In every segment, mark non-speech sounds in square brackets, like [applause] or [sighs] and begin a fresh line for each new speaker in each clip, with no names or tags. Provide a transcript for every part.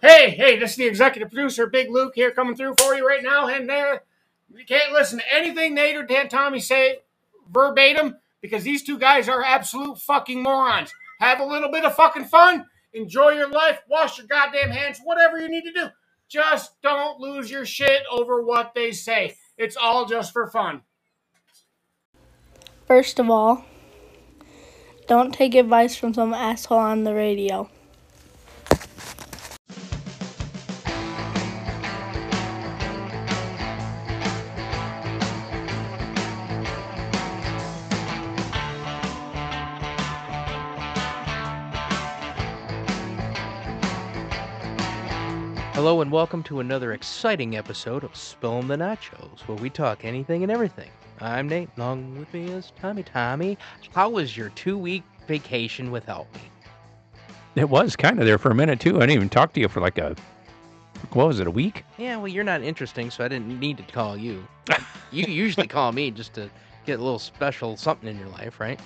Hey, hey, this is the executive producer, Big Luke, here coming through for you right now. And there, you can't listen to anything Nate or Dan Tommy say verbatim because these two guys are absolute fucking morons. Have a little bit of fucking fun, enjoy your life, wash your goddamn hands, whatever you need to do. Just don't lose your shit over what they say. It's all just for fun.
First of all, don't take advice from some asshole on the radio.
Hello and welcome to another exciting episode of Spillin' the Nachos, where we talk anything and everything. I'm Nate, and along with me is Tommy. Tommy, how was your two-week vacation without me?
It was kind of there for a minute too. I didn't even talk to you for like a what was it a week?
Yeah, well, you're not interesting, so I didn't need to call you. you usually call me just to get a little special something in your life, right?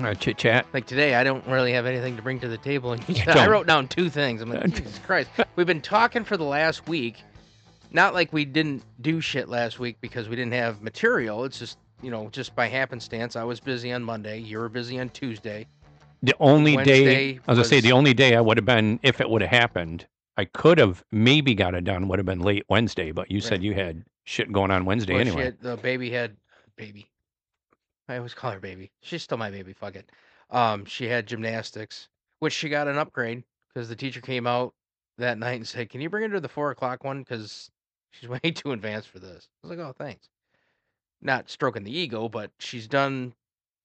Uh, Chit chat.
Like today, I don't really have anything to bring to the table, [laughs] and you
You
said- I
don't.
wrote down two things. I'm
Uh, [laughs]
like, Jesus Christ, we've been talking for the last week. Not like we didn't do shit last week because we didn't have material. It's just you know, just by happenstance, I was busy on Monday. You were busy on Tuesday.
The only
Wednesday
day I was, gonna say
was-
the only day I would have been if it would have happened. I could have maybe got it done. Would have been late Wednesday, but you
Right.
said you had shit going on Wednesday
Well, she
anyway.
had- the baby had baby. I always call her baby. She's still my baby. Fuck it. Um, she had gymnastics, which she got an upgrade because the teacher came out that night and said, "Can you bring her to the four o'clock one? Because she's [laughs] way too advanced for this." I was like, "Oh, thanks." Not stroking the ego, but she's done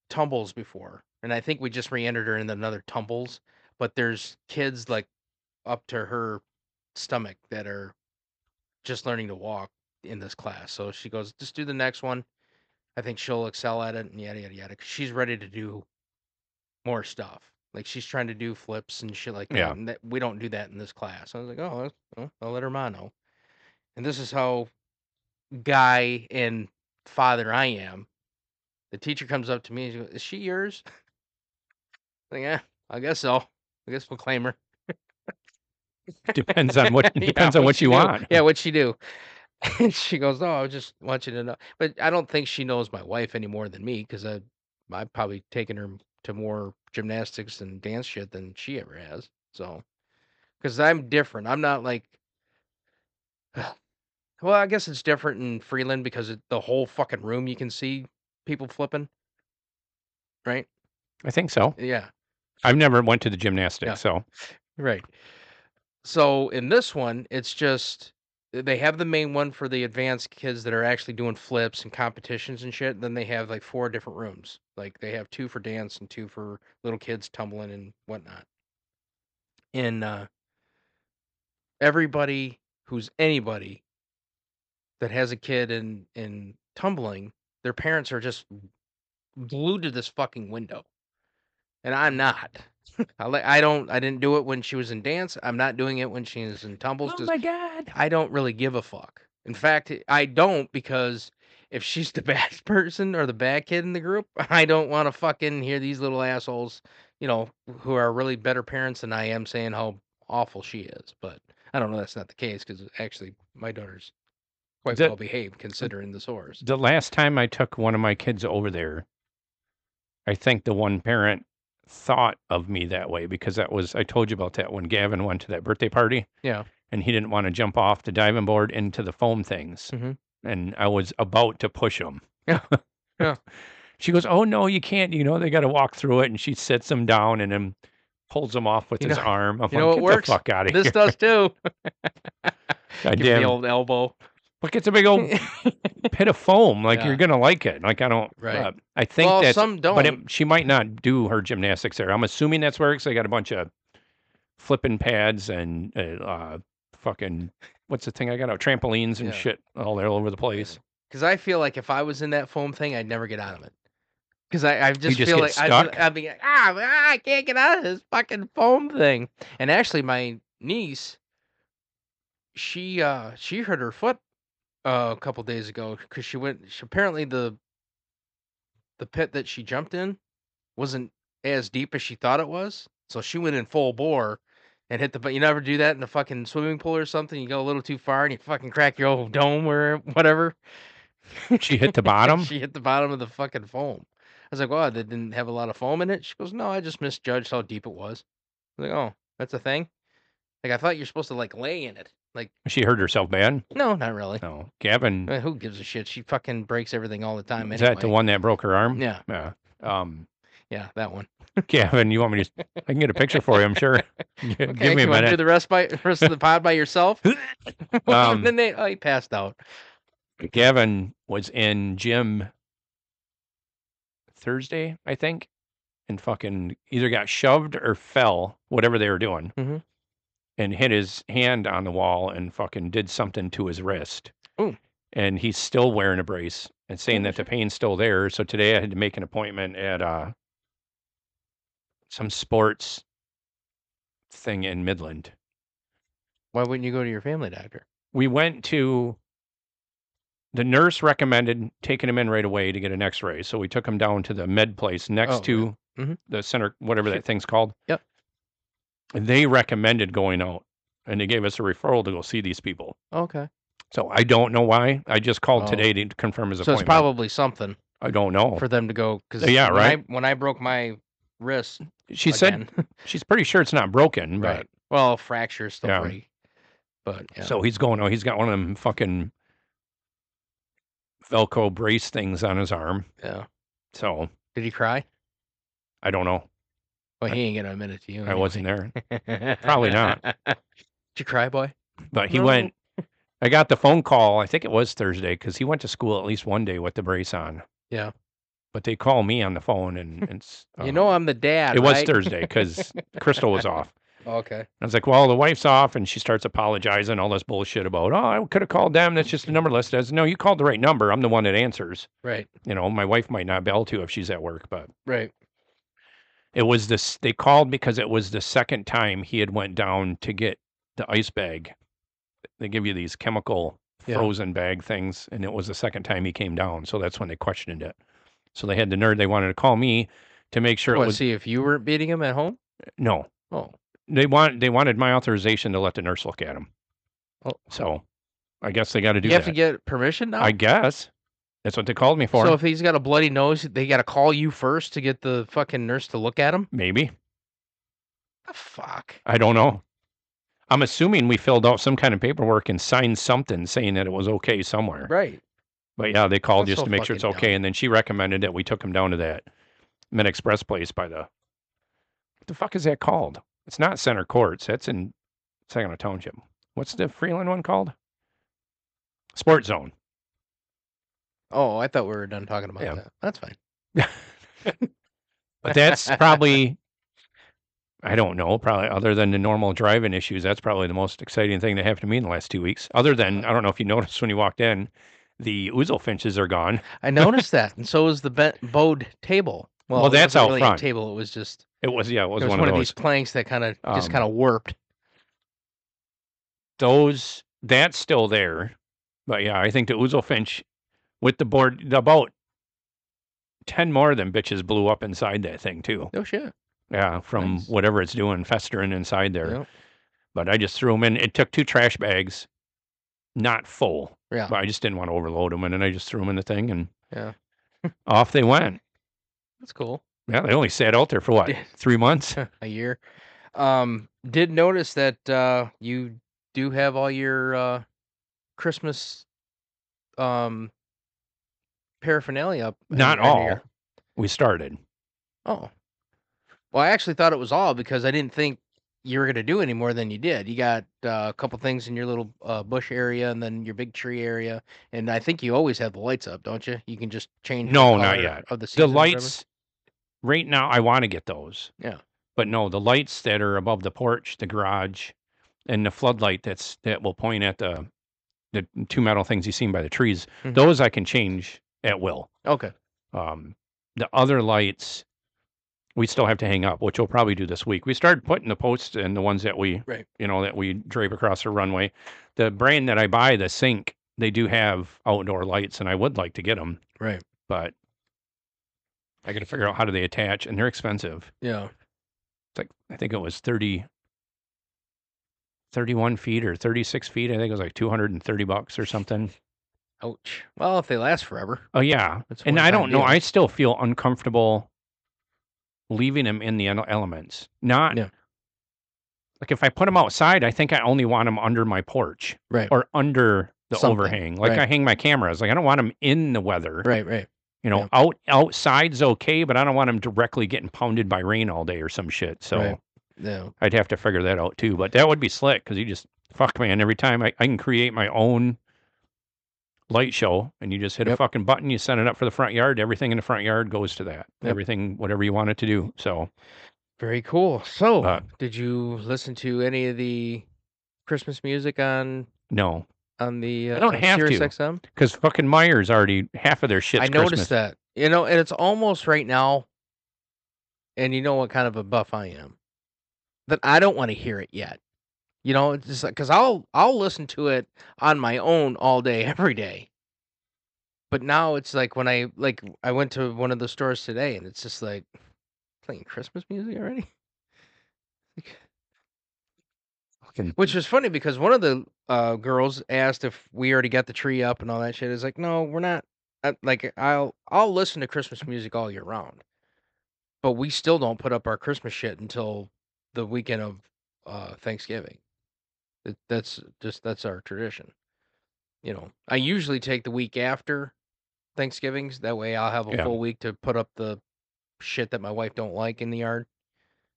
tumbles before, and I think we just re-entered her in another tumbles. But there's kids like up to her stomach that are just learning to walk in this class. So she goes, just do the next one. I think she'll excel at it and yada yada yada. 'cause she's ready to do more stuff. Like she's trying to do flips and shit like
Yeah.
that. And that we don't do that in this class. I was like, oh, that's- well, I'll let her mom know. And this is how guy and father I am. The teacher comes up to me and she goes, Is she yours? [laughs] I think, yeah, I guess so. I guess we'll claim her.
[laughs] Depends
[laughs]
on what
Yeah,
depends on what
she
you
do.
want.
Yeah, what she do? [laughs] And she goes, "Oh, I just want you to know." But I don't think she knows my wife any more than me because I, I've probably taken her to more gymnastics and dance shit than she ever has. So, because I'm different, I'm not like. [sighs] Well, I guess it's different in Freeland because it, the whole fucking room you can see people flipping. Right?
I think so.
Yeah.
I've never went to the gymnastics,
Yeah.
so
Right. So in this one, it's just eh, they have the main one for the advanced kids that are actually doing flips and competitions and shit. Then they have like four different rooms. Like they have two for dance and two for little kids tumbling and whatnot. And uh, everybody who's anybody that has a kid in in tumbling, their parents are just glued to this fucking window, and I'm not. [laughs] I like I don't I didn't do it when she was in dance. I'm not doing it when she is in tumbles. just-
god.
I don't really give a fuck. In fact, eh, I don't because if she's [laughs] the bad person or the bad kid in the group, [laughs] I don't want to fucking hear these little assholes, you know, who are really better parents than I am saying how awful she is. But I don't know that's not the case because actually my daughter's quite
The-
well behaved considering the source.
The last time I took one of my kids over there, I think the one parent thought of me that way because that was I told you about that when Gavin went to that birthday party.
Yeah.
And he didn't want to jump off the diving board into the foam things.
Mhm.
And I was about to push him. [laughs]
Yeah. Yeah.
She goes, Oh no, you can't, you know, they gotta walk through it and she sits him down and then pulls him off with
You
his
know-
arm. I'm
you know
like,
what
get
works?
the fuck [laughs] out of
This
here.
does too.
God
Give 'em
damn.
the old elbow.
Look, it's a
[laughs]
big old pit of foam. Like
Yeah.
you're gonna like it. Like I don't
Right.
uh, I think
Well,
that's
some don't.
but it, she might not do her gymnastics there. I'm assuming that's where because they got a bunch of flipping pads and uh, uh, fucking what's the thing I got out trampolines and
Yeah.
shit all there all over
[laughs]
the place.
Because I feel like if I was in that foam thing, I'd never get out of it. Because I, I just,
just
feel
get
like I'd, be-
stuck?
I'd be like, ah, ah, I can't get out of this fucking foam thing. And actually, my niece, she uh she hurt her foot uh, a couple days ago because she went. She, apparently, the the pit that she jumped in wasn't as deep as she thought it was, so she went in full bore, and hit the. But you never do that in the fucking swimming pool or something. You go a little too far and you fucking crack your old dome or whatever.
She hit
[laughs]
the bottom.
she hit the bottom of the fucking foam. I was like, "Wow, that didn't have a lot of foam in it." She goes, "No, I just misjudged how deep it was." I was like, "Oh, that's a thing." Like I thought you're supposed to like lay in it. Like,
She hurt herself
[laughs]
bad.
no, not really.
No, Gavin.
Uh, Who gives a shit? She fucking breaks everything all the time.
Is
anyway.
that the one that broke her arm?
Yeah,
Yeah. Um,
yeah, that one.
Gavin, you want me to? I can get a picture for you. I'm sure.
[laughs]
G-
Okay,
Give me a
you want to do
minute.
the rest by rest of the pod by yourself?
[laughs] Um,
and [laughs] then they, oh, he passed out.
Gavin was in gym Thursday, I think, and fucking either got shoved or fell, whatever they were doing,
Mhm.
and hit his hand on the wall and fucking did something to his wrist.
Ooh.
And he's still wearing a brace and saying
Oh,
that the pain's still there. So today I had to make an appointment at uh, some sports thing in Midland.
Why wouldn't you go to your family doctor?
we went to the nurse recommended taking him in right away to get an x-ray so we took him down to the med place next
Oh, yeah.
to
Mhm.
the center whatever
Sure.
that thing's called
Yep.
they recommended going out and they gave us a referral to go see these people
Okay,
so i don't know why i just called
Oh.
today to confirm his
so it's
appointment
probably something
i don't know
for them to go because
Oh. Yeah,
when I-
right.
when I broke my wrist,
she said
again,
she's pretty sure it's not broken but
right. Well, fracture is still
Yeah.
pretty, but yeah.
So he's going, oh, he's got one of them fucking Velcro brace things on his arm.
yeah.
So
Did he cry?
I don't know.
Well,
I-
he ain't gonna admit it to you.
I wasn't there.
there.
Probably not.
[laughs] Did you cry, boy?
But he
No.
went. I got the phone call. I think it was Thursday because he went to school at least one day with the brace on.
Yeah.
But they call me on the phone
[laughs]
and it's. uh,
you know I'm the dad.
it was
right? Oh, [laughs]
Thursday because Crystal was off.
Okay.
I was like, well, the wife's off, and she starts apologizing all this bullshit about, oh, I could have called them. That's just the number listed. I said, no, you called the right number. I'm the one that answers.
Right.
You know, my wife might not bell to if she's at work, but
Right.
it was this. They called because it was the second time he had went down to get the ice bag. They give you these chemical
Yeah.
frozen bag things, and it was the second time he came down. So that's when they questioned it. So they had the nerd. They wanted to call me to make sure
Well,
it was
Oh, see if you weren't beating him at home.
no.
Oh,
They want they wanted my authorization to let the nurse look at him.
Oh.
So I guess they got to do
you have
that.
to get permission now.
I guess that's what they called me for.
So if he's got a bloody nose, they got to call you first to get the fucking nurse to look at him.
Maybe
The fuck.
I don't know. I'm assuming we filled out some kind of paperwork and signed something saying that it was okay somewhere.
Right.
But yeah, they called
That's
just
so
to make sure it's
fucking
okay.
dumb.
And then she recommended that we took him down to that Mid Express place by the. What the fuck is that called? It's not Center Courts. That's in Saginaw Township. What's the Freeland one called? Sport Zone.
Oh, I thought we were done talking about
Yeah.
that. That's fine.
But that's probably, I don't know, probably other than the normal drive in issues, that's probably the most exciting thing that happened to me in the last two weeks. Other
Uh-huh.
than, I don't know if you [laughs] noticed when you walked in, the ouzel finches are gone.
I noticed that, and so was the bent, bowed table. Well,
Well,
it
that's
wasn't
out
really A
front.
table. It was just
It was, yeah, it
it
was,
was, one, of
those.
these planks that kind of just
Um,
kind of warped.
those that's still there. But yeah, I think the Ouzel Finch with the board the about ten more of them bitches blew up inside that thing too.
No shit.
Yeah, from
Nice.
whatever it's doing festering inside there.
Yep.
But I just threw them in. It took two trash bags, not full.
Yeah.
But I just didn't want to overload them, and then I just threw them in the thing, and
Yeah. [laughs]
off they went.
That's cool.
[laughs] Yeah, they only sat out there for what
Yeah.
three months.
a year. Um, did notice that uh, you do have all your uh, Christmas um, paraphernalia up. and
Not
under
all.
your-
We started.
Oh, well, I actually thought it was all because I didn't think you were going to do any more than you did. You got uh, a couple things in your little uh, bush area, and then your big tree area. And I think you always have the lights up, don't you? You can just change. the
No, not
color
yet.
Of the,
the
season or whatever.
lights right now i want to get those
Yeah.
but no the lights that are above the porch the garage and the floodlight that's that will point at the the two metal things you seen by the trees
Mhm.
those i can change at will
Okay.
um the other lights we still have to hang up which we'll probably do this week we started putting the posts and the ones that we
Right.
you know that we drape across the runway the brand that i buy the sink they do have outdoor lights and i would like to get them
Right.
but I got to figure out how do they attach, and they're expensive.
Yeah.
It's like I think it was thirty 31 feet or 36 feet. I think it was like 230 bucks or something.
Ouch. Well, if they last forever.
Oh yeah,
That's
and I
one-time
don't know.
deal.
I still feel uncomfortable leaving them in the ele- elements. Not
Yeah.
like if I put them outside, I think I only want them under my porch
Right.
or under the
Something,
overhang. Like
right.
I hang my cameras. Like I don't want them in the weather.
Right, right.
You know,
yeah.
out outside's okay, but I don't want them directly getting pounded by rain all day or some shit. So
Right. No.
I'd have to figure that out too. But that would be slick because you just fuck man. Every time I, I can create my own light show and you just hit a
Yep.
fucking button, you send it up for the front yard. Everything in the front yard goes to that.
Yep.
Everything, whatever you want it to do. So
Very cool. So,
Uh,
did you listen to any of the Christmas music on
no,
on the uh,
don't
on
have
Sirius
to.
XM?
because fucking Myers already half of their shit's
I noticed
Christmas.
that. You know, and it's almost right now. And you know what kind of a buff I am. That I don't want to hear it yet. You know, it's just because I'll I'll listen to it on my own all day [laughs] every day. But now it's like when I like I went to one of the stores today and it's just like playing Christmas music already. Like,
Fucking-
Which was funny because one of the uh, girls asked if we already got the tree up and all that shit. It's like, no, we're not. I, like, I'll I'll listen to Christmas music all year round, but we still don't put up our Christmas shit until the weekend of uh, Thanksgiving. That, that's just that's our tradition. You know, I usually take the week after Thanksgivings. That way, I'll have a
Yeah.
full week to put up the shit that my wife don't like in the yard.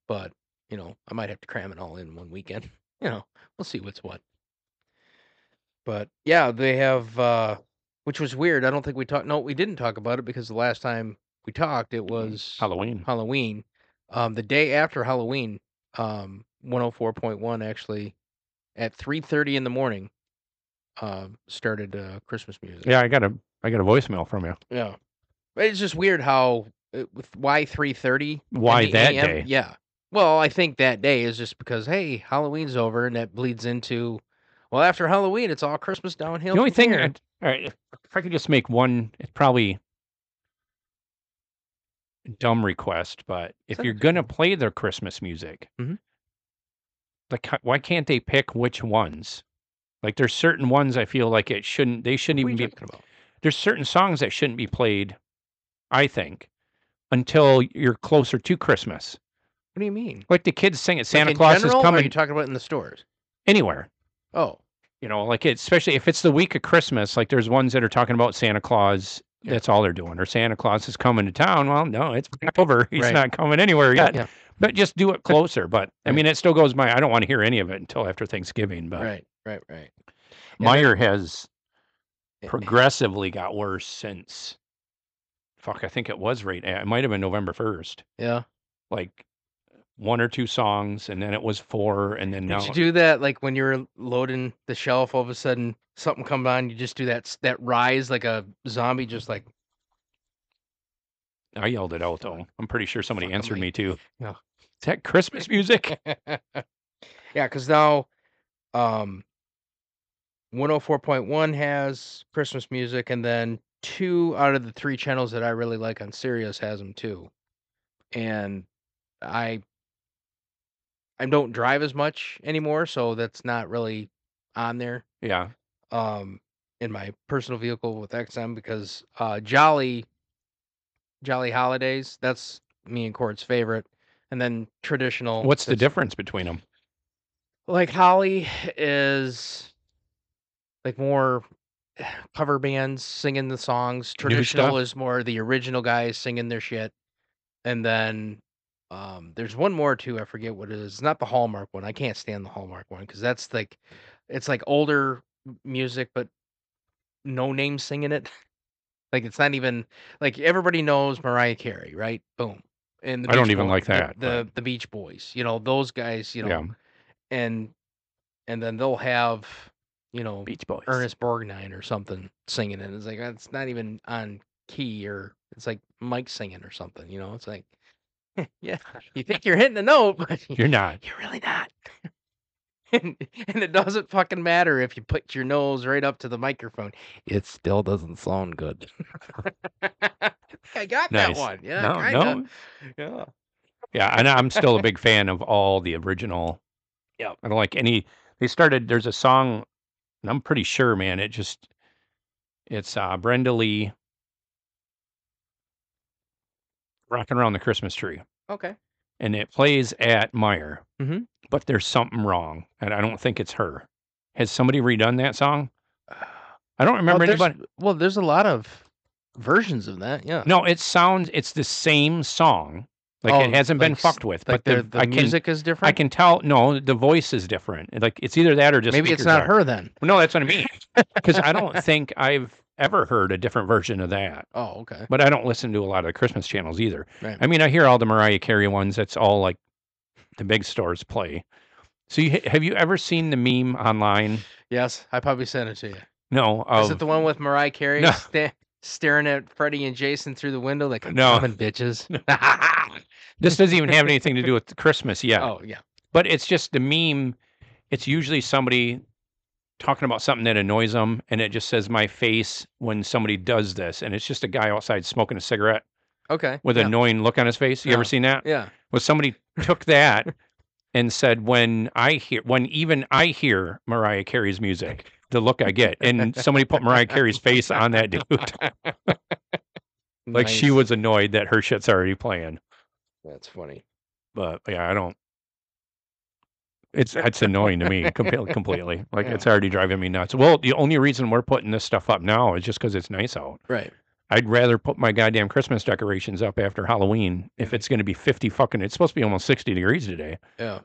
But you know, I might have to cram it all in one weekend. You know, we'll see what's what. But yeah, they have, uh which was weird. I don't think we talked. No, we didn't talk about it because the last time we talked, it was
Mm, Halloween.
Halloween. Um, the day after Halloween, um, 104.1 actually at 3:30 in the morning uh, started uh, Christmas music.
Yeah, I got a I got a voicemail from you.
Yeah. But It's just weird how uh, with why 3:30 in
Why
the
that
AM?
day?
Yeah. Well, I think that day is just because hey, Halloween's over and that bleeds into well, after Halloween, it's all Christmas downhill.
The only
from
thing,
here.
I'd- all right, if, if I could just make one, it's probably a dumb request, but if
Send
you're
it to
gonna
me.
play their Christmas music,
Mhm.
like h- why can't they pick which ones? Like there's certain ones I feel like it shouldn't. They shouldn't
What are
even
you
be.
talking about?
There's certain songs that shouldn't be played. I think until you're closer to Christmas.
What do you mean?
Like the kids sing it,
Like,
Santa
in
Claus
general,
is
or Are
coming
you talking about in the stores?
anywhere.
Oh,
you know, like it, especially if it's the week of Christmas, like there's ones that are talking about Santa Claus.
Yeah.
That's all they're doing, or Santa Claus is coming to town. Well, no, it's over. [laughs] He's
Right.
not coming anywhere yet.
Yeah.
But just do it closer. But I
Right.
mean, it still goes by. I don't want to hear any of it until after Thanksgiving. But
right, right, right. Yeah, that-
Meyer has
eh,
progressively got worse since. Fuck, I think it was right. eh, It might have been November first.
eh, Yeah.
Like one or two songs, and then it was four, and then now
Did you do that like when you're loading the shelf? All of a sudden, something comes on. You just do that s- that rise like a zombie, just like
I yelled it out though. I'm pretty sure somebody
Fuck, I
answered
might-
me too.
Yeah.
Is that Christmas music?
[laughs] yeah, because now, um, one hundred four point one has Christmas music, and then two out of the three channels that I really like on Sirius has them too, and I I don't drive as much anymore, so that's not really on there.
yeah.
um in my personal vehicle with XM because uh Jolly Jolly Holidays, that's me and Court's favorite. And then traditional
What's the
that's-
difference between them?
Like Holly is like more [sighs] cover bands singing the songs. Traditional
stuff?
is more the original guys singing their shit. And then um there's one more too, I forget what it is. It's not the Hallmark one. I can't stand the Hallmark one because that's like it's like older m- music, but no name singing it. [laughs] Like it's not even like everybody knows Mariah Carey, right? Boom. And the
I don't
Beach
even
Boy-
like
the-
that,
The,
but-
the Beach Boys, you know those guys, you know,
yeah.
and and then they'll have you know
Beach Boys.
Ernest Borgnine or something singing it. It's like that's not even on key or it's like Mike singing or something. You know, it's like
[laughs]
yeah, you think you're hitting a note, but
[laughs]
[laughs]
You're not.
you're really not. [laughs] and, and it doesn't fucking matter if you put your nose right up to the microphone. It still doesn't sound good. [laughs] I got that
Nice.
one. Yeah,
no,
kinda.
no.
Yeah.
Yeah. And I'm still a big fan of all the original.
[laughs] Yep.
I don't like any They started. There's a song, and I'm pretty sure, man. It just, it's uh, Brenda Lee, rocking around the Christmas tree,
Okay.
and it plays at Meyer.
Mhm.
But there's something wrong, and I don't think it's her. Has somebody redone that song? I don't remember
well,
anybody.
Uh, oh, there's, well, there's a lot of versions of that. Yeah.
No, it sounds it's the same song. Like
Oh,
it hasn't been
like s-
fucked with,
Like
but the,
the, the
I can
music is different.
I can tell. No, the voice is different. It- Like it's either that or just
Maybe it's
speakers
not
are-
her then.
No, that's what I mean. Because I
[laughs]
don't think I've ever heard a different version of that.
Oh, okay.
But I don't listen to a lot of the Christmas channels either.
Right.
I mean, I hear all the Mariah Carey ones. That's all like the big stores play. So you, have you ever seen the meme online?
Yes, I probably sent it to you.
No,
Is it
of
the [laughs] one with Mariah Carey
Oh. No.
sta- staring at Freddie and Jason through the window like
No.
common bitches?
[laughs] this doesn't even have anything to do with Christmas yet.
Oh yeah.
but it's just the meme. It's usually somebody talking about something that annoys them, and it just says my face when somebody does this, and it's just a guy outside smoking a cigarette
Okay.
with
yeah.
an annoying look on his face. You ever
Yeah.
seen that?
Yeah.
Well, somebody took that and said, when I hear, when even I hear Mariah Carey's music, the look I get, and somebody put Mariah Carey's face on that dude, [laughs] like she
Nice.
was annoyed that her shit's already playing.
That's funny.
but yeah, I don't.
[laughs]
It's it's annoying to me comple- completely. Like
Yeah.
it's already driving me nuts. Well, the only reason we're putting this stuff up now is just because it's nice out.
Right.
I'd rather put my goddamn Christmas decorations up after Halloween if it's going to be fifty fucking. It's supposed to be almost sixty degrees today.
Yeah.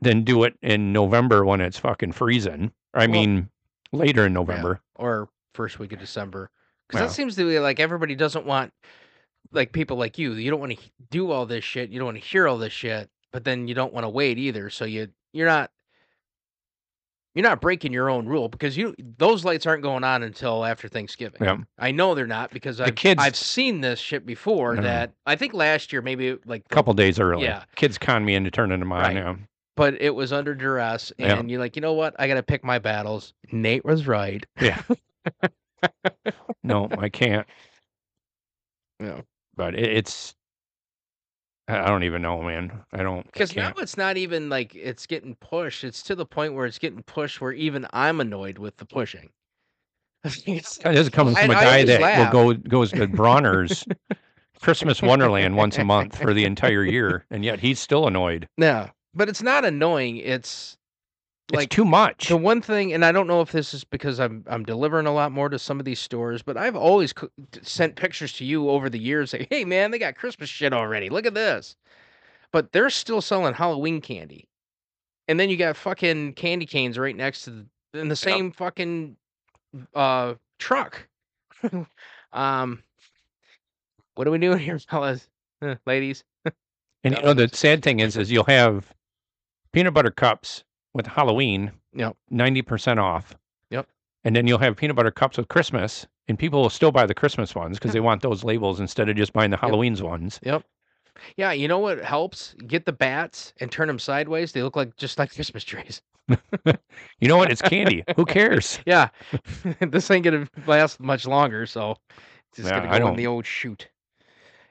Than do it in November when it's fucking freezing. I
Well-
mean, later in November.
Or first week of December. Because
Yeah.
that seems to be like everybody doesn't want like people like you. You don't want to do all this shit. You don't want to hear all this shit. But then you don't want to wait either. So you you're not you're not breaking your own rule because you those lights aren't going on until after Thanksgiving.
Yeah.
I know they're not because I've,
kids-
I've seen this shit before.
Yeah.
That I think last year maybe like
a
the-
couple days early.
Yeah.
Kids con me into turning them on.
Right.
yeah.
but it was under duress, and
Yeah.
you're like, you know what? I gotta pick my battles. Nate was right.
No, I can't.
Yeah.
But it, it's I I don't even know, man. I don't I
Because now
can't.
it's not even like it's getting pushed. It's to the point where it's getting pushed where even I'm annoyed with the pushing. [laughs] It's-
Uh, This is coming from a
I- I
guy
always
that
laugh.
will go goes to Bronner's Christmas Wonderland once a month for
[laughs]
the entire year, and yet he's still annoyed.
no, but it's not annoying. It's like
it's too much.
the one thing, and I don't know if this is because I'm I'm delivering a lot more to some of these stores, but I've always co- t- sent pictures to you over the years. Like, hey man, they got Christmas shit already. Look at this. But they're still selling Halloween candy, and then you got fucking candy canes right next to the, in the same fucking uh truck. [laughs] um, what are we doing here, [laughs] fellas, Huh, ladies?
and you know the sad thing is, is you'll have peanut butter cups with Halloween,
Yep.
ninety percent off.
Yep.
And then you'll have peanut butter cups with Christmas, and people will still buy the Christmas ones because they want those labels instead of just buying the Halloween's ones.
Yeah, you know what helps? Get the bats and turn them sideways. They look like just like Christmas trees.
You know what? It's candy. [laughs] Who cares?
Yeah, [laughs] this ain't gonna last much longer, so it's just
Yeah,
gonna
I
go in the old chute.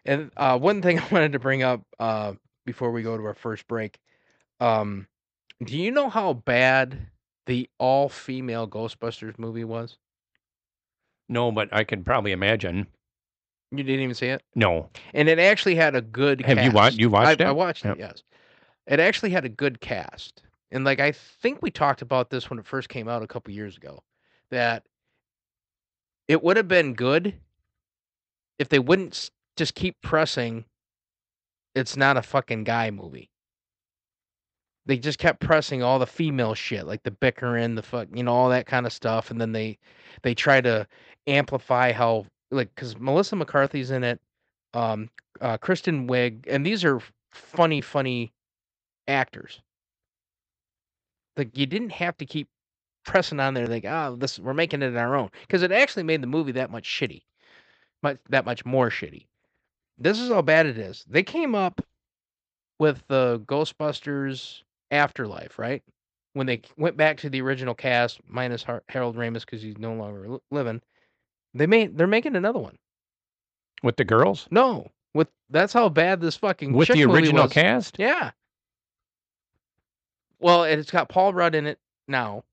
And uh, one thing [laughs] I wanted to bring up uh, before we go to our first break, um, do you know how bad the all-female Ghostbusters movie was?
No, but I could probably imagine.
You didn't even see it,
No,
and it actually had a good.
Have you wa-
cast.
you watched
I, I
it?
watched
Yep.
it. Yes, it actually had a good cast, and like I think we talked about this when it first came out a couple years ago, that it would have been good if they wouldn't s- just keep pressing. It's not a fucking guy movie. They just kept pressing all the female shit, like the bickering, the fuck, you know, all that kind of stuff, and then they they try to amplify how like because Melissa McCarthy's in it, um, uh, Kristen Wiig, and these are funny, funny actors. Like you didn't have to keep pressing on there, like ah, this we're making it our own, because it actually made the movie that much shitty, much that much more shitty. This is how bad it is. They came up with the Ghostbusters Afterlife, right? When they went back to the original cast, minus Har- Harold Ramis because he's no longer li- living, they made they're making another one.
with the girls,
No, with that's how bad this fucking
with
chick
the
movie
original
was.
cast.
Yeah. Well, and it's got Paul Rudd in it now,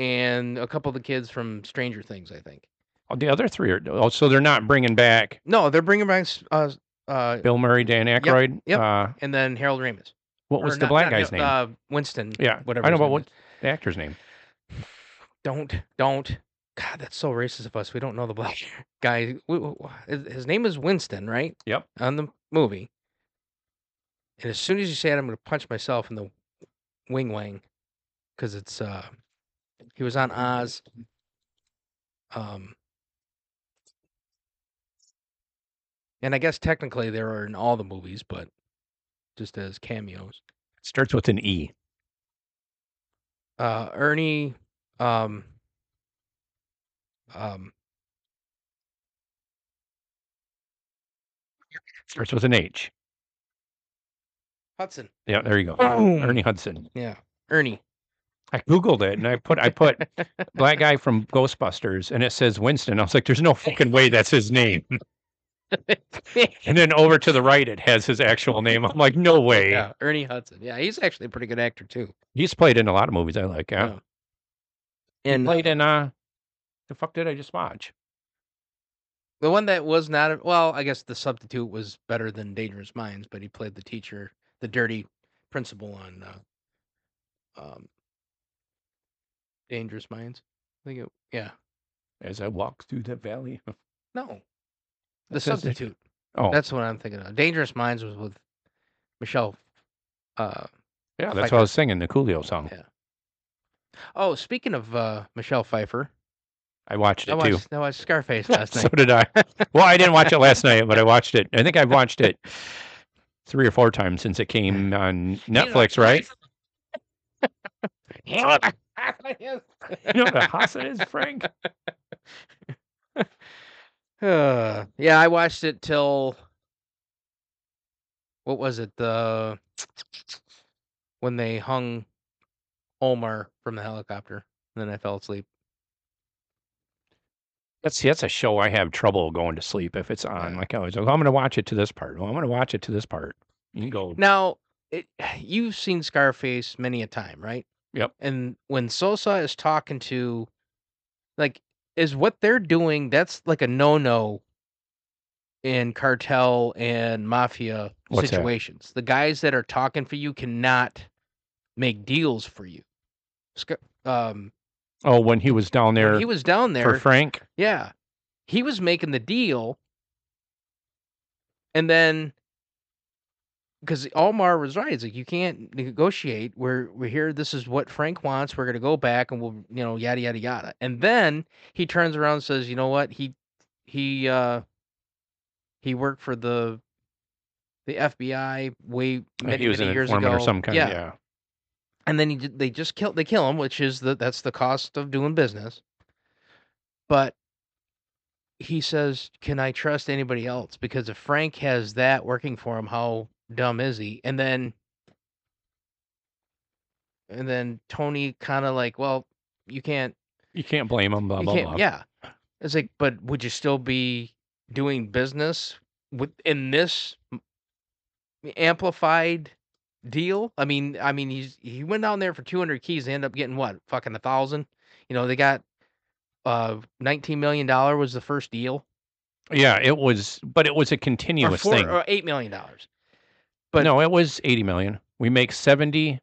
and a couple of the kids from Stranger Things, I think.
Oh, the other three are. Oh, so they're not bringing back
No, they're bringing back s- uh, s- uh,
Bill Murray, Dan Aykroyd.
yep.
Uh,
and then Harold Ramis.
what was
Or
the
not-
black
not
guy's
Hal-
name?
Uh, Winston.
yeah,
whatever.
I know,
his
but
name
what
is.
the actor's name?
Don't, don't. God, that's so racist of us. We don't know the black [laughs] guy. W- w- w- His his name is Winston, right?
Yep.
On the movie. And as soon as you say it, I'm going to punch myself in the wing wang because it's, uh, he was on Oz. Um, and I guess technically there are in all the movies, but just as cameos.
starts with an E.
uh Ernie um um
Starts with an H.
Hudson.
Yeah, there you go.
Boom.
Ernie Hudson.
Yeah. Ernie.
I googled it and I put I put
[laughs]
black guy from Ghostbusters and it says Winston. I was like, there's no fucking way that's
[laughs]
his name. And then over to the right, it has his actual name. I'm like, no way.
yeah, Ernie Hudson. Yeah, he's actually a pretty good actor too.
He's played in a lot of movies I like. Yeah.
Yeah. And
Played in uh, the fuck did I just watch?
the one that was not a- well, I guess the substitute was better than Dangerous Minds, but he played the teacher, the dirty principal on uh, um Dangerous Minds. I think it yeah.
As I walk through the valley.
No. [laughs] The
That says it-
substitute.
Oh,
That's what I'm thinking of. Dangerous Minds was with Michelle. Uh,
yeah. That's
Pfeiffer.
what I was singing the Coolio song.
Yeah. oh, speaking of uh, Michelle Pfeiffer,
I watched
I
it too.
watched, I watched Scarface last
[laughs] so
night. [laughs]
did I. Well, I didn't watch it last night, but I watched it. I think I've
[laughs]
watched it three or four times since it came on Netflix, [laughs] right?
You know what a hassa is?
You know what a hassa is, Frank?
Uh, [sighs] yeah, I watched it till what was it? The when they hung Omar from the helicopter, and then I fell asleep.
That's that's a show I have trouble going to sleep if it's on.
Yeah.
Like I was, like, I'm going to watch it to this part. Well, I'm going to watch it to this part. You can go.
Now, it, [sighs] you've seen Scarface many a time, right?
Yep.
And when Sosa is talking to, like, is what they're doing, that's like a no no in cartel and mafia
What's that?
situations. The guys that are talking for you cannot make deals for you. Scar- Um,
Oh, when he was down
when
there,
he was down there.
for Frank.
Yeah. He was making the deal. And then because Almar was right, it's like you can't negotiate. We're we're here. This is what Frank wants. We're gonna go back and we'll you know yada yada yada. And then he turns around and says, you know what? He he uh he worked for the the FBI way
Like,
many,
Uh, he was
many
an
years
informant
ago.
or some kind.
yeah.
Yeah. yeah.
And then he, d- they just kill they kill him, which is the that's the cost of doing business. But he says, "Can I trust anybody else?" Because if Frank has that working for him, how dumb is he? And then, and then Tony kind of like, "Well, you can't,
You can't blame him. Blah
you
blah
can't,
blah.
yeah." It's like, but would you still be doing business with in this m- amplified deal? I mean, I mean, he's he went down there for two hundred keys, they end up getting what, fucking a thousand. You know, they got uh nineteen million dollar was the first deal.
Yeah. It was, but it was a
or
continuous
four
thing.
or eight million dollars.
But
but-
no, it was 80 million. We make 70.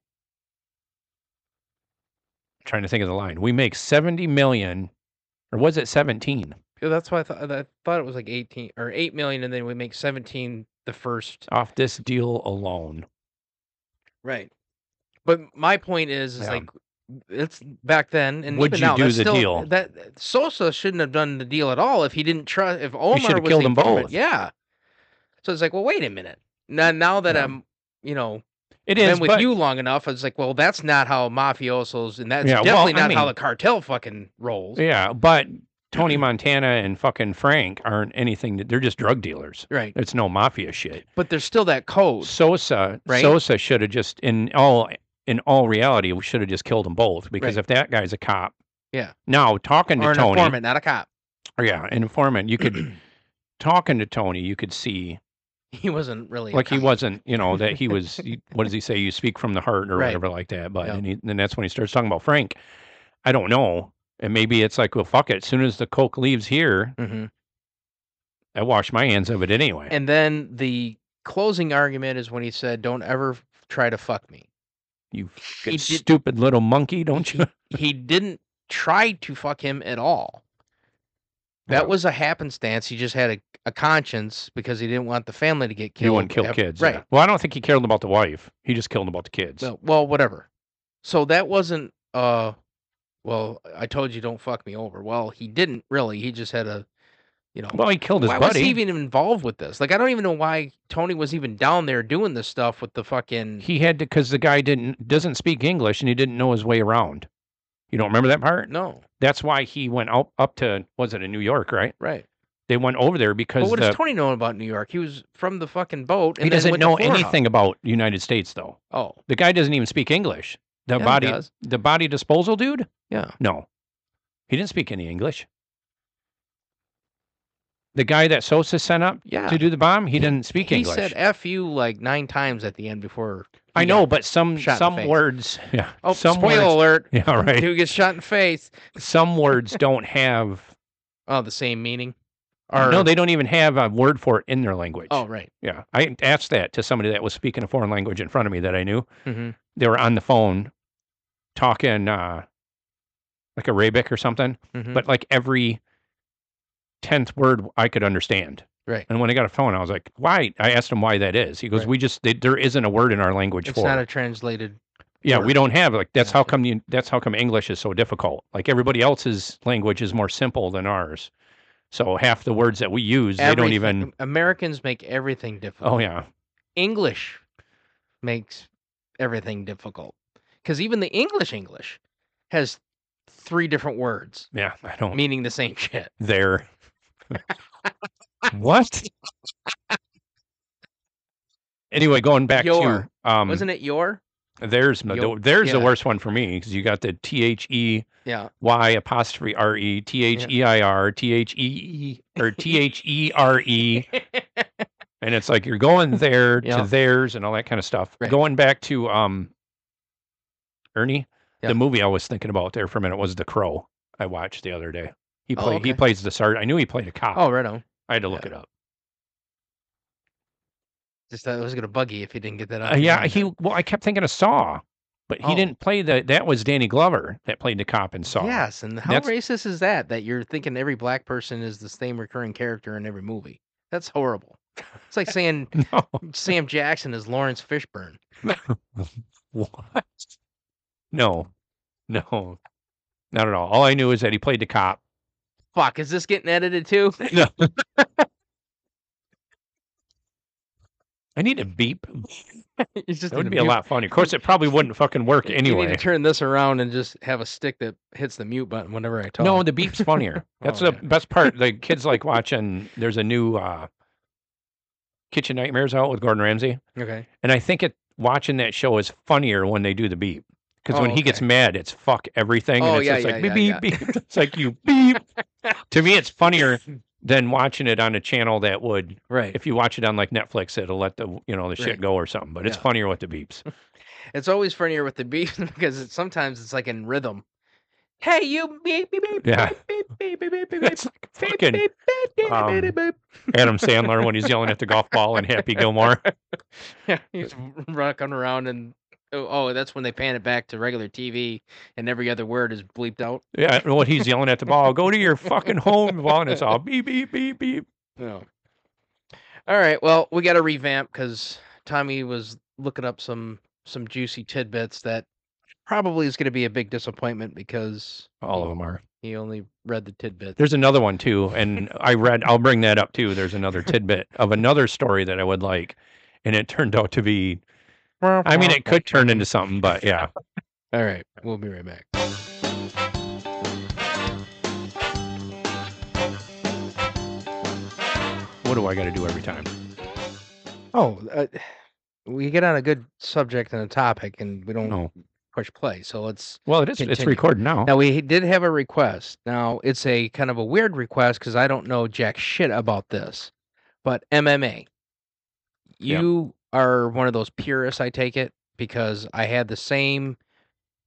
trying to think of the line. We make 70 million, or was it 17?
Yeah, that's why I thought I thought it was like eighteen or eight million, and then we make seventeen the first.
off this deal alone.
Right. But my point is, is
Yeah.
like it's back then, and
Would
even
you
now,
do
that's
the
still-
deal?
That Sosa shouldn't have done the deal at all if he didn't trust. If Omar
should've
was
killed
the
them
informant.
both.
Yeah. So it's like, well, wait a minute. Now, now that
Yeah.
I'm, you know,
It is,
been with
but
you long enough, it's like, well, that's not how mafiosos, and that's
Yeah, well,
definitely
I
not how
mean-
the cartel fucking rolls.
yeah, but Tony Montana and fucking Frank aren't anything. That, they're just drug dealers.
Right.
It's no mafia shit.
But there's still that code.
Sosa,
Right.
Sosa should have just in all in all reality, we should have just killed them both because
Right.
if that guy's a cop,
Yeah.
Now talking to
Or an
Tony,
informant, not a cop. [laughs] [clears throat]
yeah, an informant, you could talking to Tony, you could see
He wasn't really
like he wasn't, you know, that
[laughs]
he was. he- what does he say? You speak from the heart or
Right.
whatever like that. But
Yeah.
and, he, and that's when he starts talking about Frank. I don't know, and maybe it's like, well, fuck it. As soon as the coke leaves here,
hmm
I wash my hands of it anyway.
And then the closing argument is when he said, "Don't ever f- try to fuck me."
you
He
fucking
did-
stupid little
[laughs]
monkey, don't you?
He didn't try to fuck him at all. That
No.
was a happenstance. He just had a, a conscience because he didn't want the family to get killed.
You wouldn't kill
af-
kids, yeah.
right?
Well, I don't think he cared about the wife. He just killed about the kids.
Well, well, whatever. So that wasn't uh well, I told you don't fuck me over. Well, he didn't really. He just had a you know
Well, he killed his
why was
buddy.
he even involved with this? Like I don't even know why Tony was even down there doing this stuff with the fucking
He had to because the guy didn't doesn't speak English and he didn't know his way around. You don't remember that part?
No,
That's why he went out up to was it in New York, right?
right.
They went over there because
But what
the-
does Tony know about New York? He was from the fucking boat and
he
then
doesn't
went to
know
Florida.
anything about United States though.
Oh.
The guy doesn't even speak English. The
yeah, he
body
does.
the body disposal dude?
Yeah.
No. He didn't speak any English. The guy that Sosa sent up
Yeah.
to do the bomb, he didn't speak
he
English.
said F you like nine times at the end before
I
he
know,
got-
but some
shot in the
some
face.
words, yeah,
Oh
some
spoiler
words,
alert.
yeah, [laughs] right.
Dude gets shot in the face.
Some words don't have,
Oh, the same meaning.
or
Or
no, they don't even have a word for it in their language.
Oh right.
yeah. I asked that to somebody that was speaking a foreign language in front of me that I knew.
Mm-hmm.
They were on the phone talking uh, like Arabic or something,
Mhm.
but like every tenth word I could understand.
Right.
And when I got a phone, I was like, "Why?" I asked him why that is. He goes,
Right.
"We just they, there isn't a word in our language
It's
for."
not
it."
a translated.
Yeah, we
word.
don't have like that's how
Gotcha.
come you that's how come English is so difficult. Like everybody else's language is more simple than ours. So half the words that we use, they don't
everything-
even
Americans make everything difficult.
Oh yeah.
English makes everything difficult because even the English English has three different words
Yeah, I don't
meaning the same [laughs] shit.
there. what? Anyway, going back
Your.
to um
Wasn't it your?
there's my-
your-
there's the
yeah.
worst one for me cuz you got the T H E
Yeah.
Y apostrophe R E T H E I R T H E E or T H E R E and it's like you're going there
Yeah.
to theirs and all that kind of stuff.
Right.
Going back to um, Ernie,
Yeah.
the movie I was thinking about there for a minute was The Crow. I watched the other day. He
Oh,
played. He
okay.
plays the sergeant. I knew he played a cop.
oh, right on.
I had to look
yeah.
it up.
Just thought it was gonna bug you if you didn't get that. out
Uh,
of your
yeah,
mind.
he. Well, I kept thinking of Saw, but he
Oh.
didn't play the. That was Danny Glover that played the cop in Saw.
Yes, and how
That's-
racist is that? That you're thinking every black person is the same recurring character in every movie. That's horrible. It's like saying
[laughs] No.
Sam Jackson is Lawrence Fishburne.
What? No. No. Not at all. All I knew is that he played the cop.
Fuck, is this getting edited too?
I need to beep.
It's just
That would
gonna
be a
mute-
lot funnier. Of course, it probably wouldn't fucking work
You- You need
anyway.
to turn this around and just have a stick that hits the mute button whenever I talk.
No, the beep's
[laughs]
funnier. That's
Oh,
the
yeah.
best part. The kids like watching. There's a new uh, Kitchen Nightmares out with Gordon Ramsay,
okay.
and I think it watching that show is funnier when they do the beep. Because
Oh,
when he gets
okay.
mad, it's fuck everything,
Oh,
and it's
yeah,
just like
yeah,
beep
yeah,
beep beep. It's like you beep. to me, it's funnier than watching it on a channel that would.
Right.
If you watch it on like Netflix, it'll let the you know the shit
Right.
go or something. But it's
Yeah.
funnier with
[laughs]
the beeps.
it's always funnier with the beep because it's, sometimes it's like in rhythm. Hey, you beep beep beep
Yeah.
beep beep beep beep beep beep
It's like
beep,
fucking
beep beep beep
um,
beep beep beep.
Adam Sandler when he's yelling at the golf ball in Happy Gilmore.
[laughs] Yeah, he's
uh
running around and oh, oh, that's when they pan it back to regular TV and every other word is bleeped out.
Yeah, and what he's yelling at the ball, go to your fucking home, ball, and it's all beep beep beep beep.
No. All right. Well, we got to revamp because Tommy was looking up some some juicy tidbits that probably is going to be a big disappointment because
All of them are.
he only read the tidbits.
There's another one too, and I read. I'll bring that up too. There's another tidbit of another story that I would like, and it turned out to be. I mean, it could turn into something, but yeah.
All right. We'll be right back.
What do I got to do every time?
Oh, uh, we get on a good subject and a topic, and we don't
No.
push play. So let's
Well, it is. It's
Continue.
recorded now.
Now we did have a request. Now it's a kind of a weird request because I don't know jack shit about this, but MMA.
Yep.
You are one of those purists, I take it, because I had the same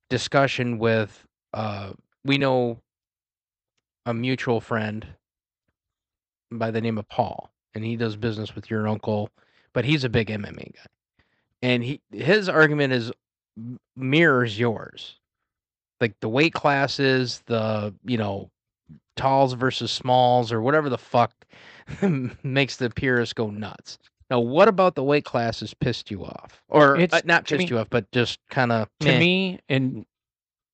discussion with uh we know a mutual friend by the name of Paul, and he does business with your uncle, but he's a big MMA guy. And he his argument is m- mirrors yours. Like the weight classes, the you know, talls versus smalls or whatever the fuck [laughs] makes the purists go nuts. Now, what about the weight classes pissed you off, or uh,
It's-
not
to
pissed
me-
you off, but just kind of
to me and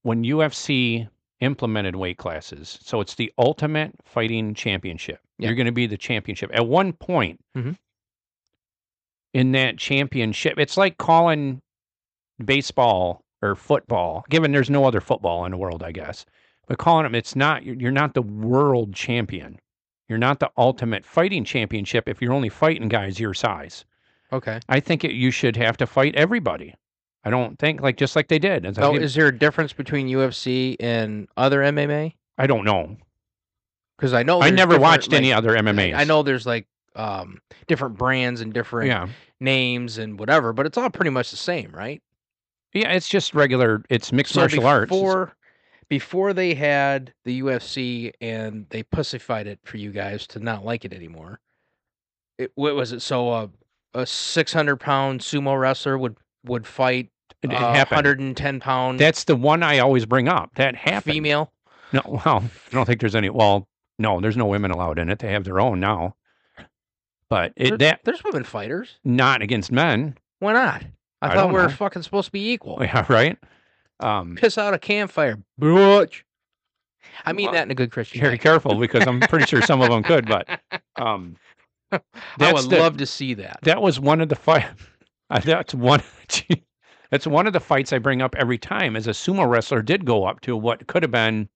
when UFC implemented weight classes, so it's the ultimate fighting championship.
Yeah.
You're going to be the championship. At one point
Mhm.
in that championship, it's like calling baseball or football, given there's no other football in the world, I guess. But calling them, it's not, you're you're not the world champion. You're not the ultimate fighting championship if you're only fighting guys your size.
okay.
I think it, you should have to fight everybody. I don't think like just like they did. As I
Oh,
give-
is there a difference between UFC and other MMA?
I don't know.
Because I know
I
there's
never
different,
watched any
like,
other MMA.
I I know there's like um different brands and different
Yeah,
names and whatever, but it's all pretty much the same, right?
yeah. It's just regular. It's mixed
So
martial arts. It's-
before before they had the UFC and they pussified it for you guys to not like it anymore. It, what was it? So a a six hundred pound sumo wrestler would would fight
It, it
a
happened.
uh, hundred and ten pound
That's the one I always bring up. That happened.
female.
No, [laughs] well, I don't think there's any. Well, no, there's no women allowed in it. They have their own now. But
There-
it, that
there's women fighters.
not against men.
Why not? I,
I
thought
don't
we were
know.
fucking supposed to be equal.
[laughs] Yeah, right. Um,
Piss out a campfire, bitch. I mean
Well,
that in a good Christian.
very
way.
careful because I'm pretty sure some of them
[laughs]
could. But um,
I
that's
would
the-
love to see that.
that was one of the [laughs] fight. That's one. [laughs] gee, that's one of the fights I bring up every time. Is a sumo wrestler did go up to what could have been,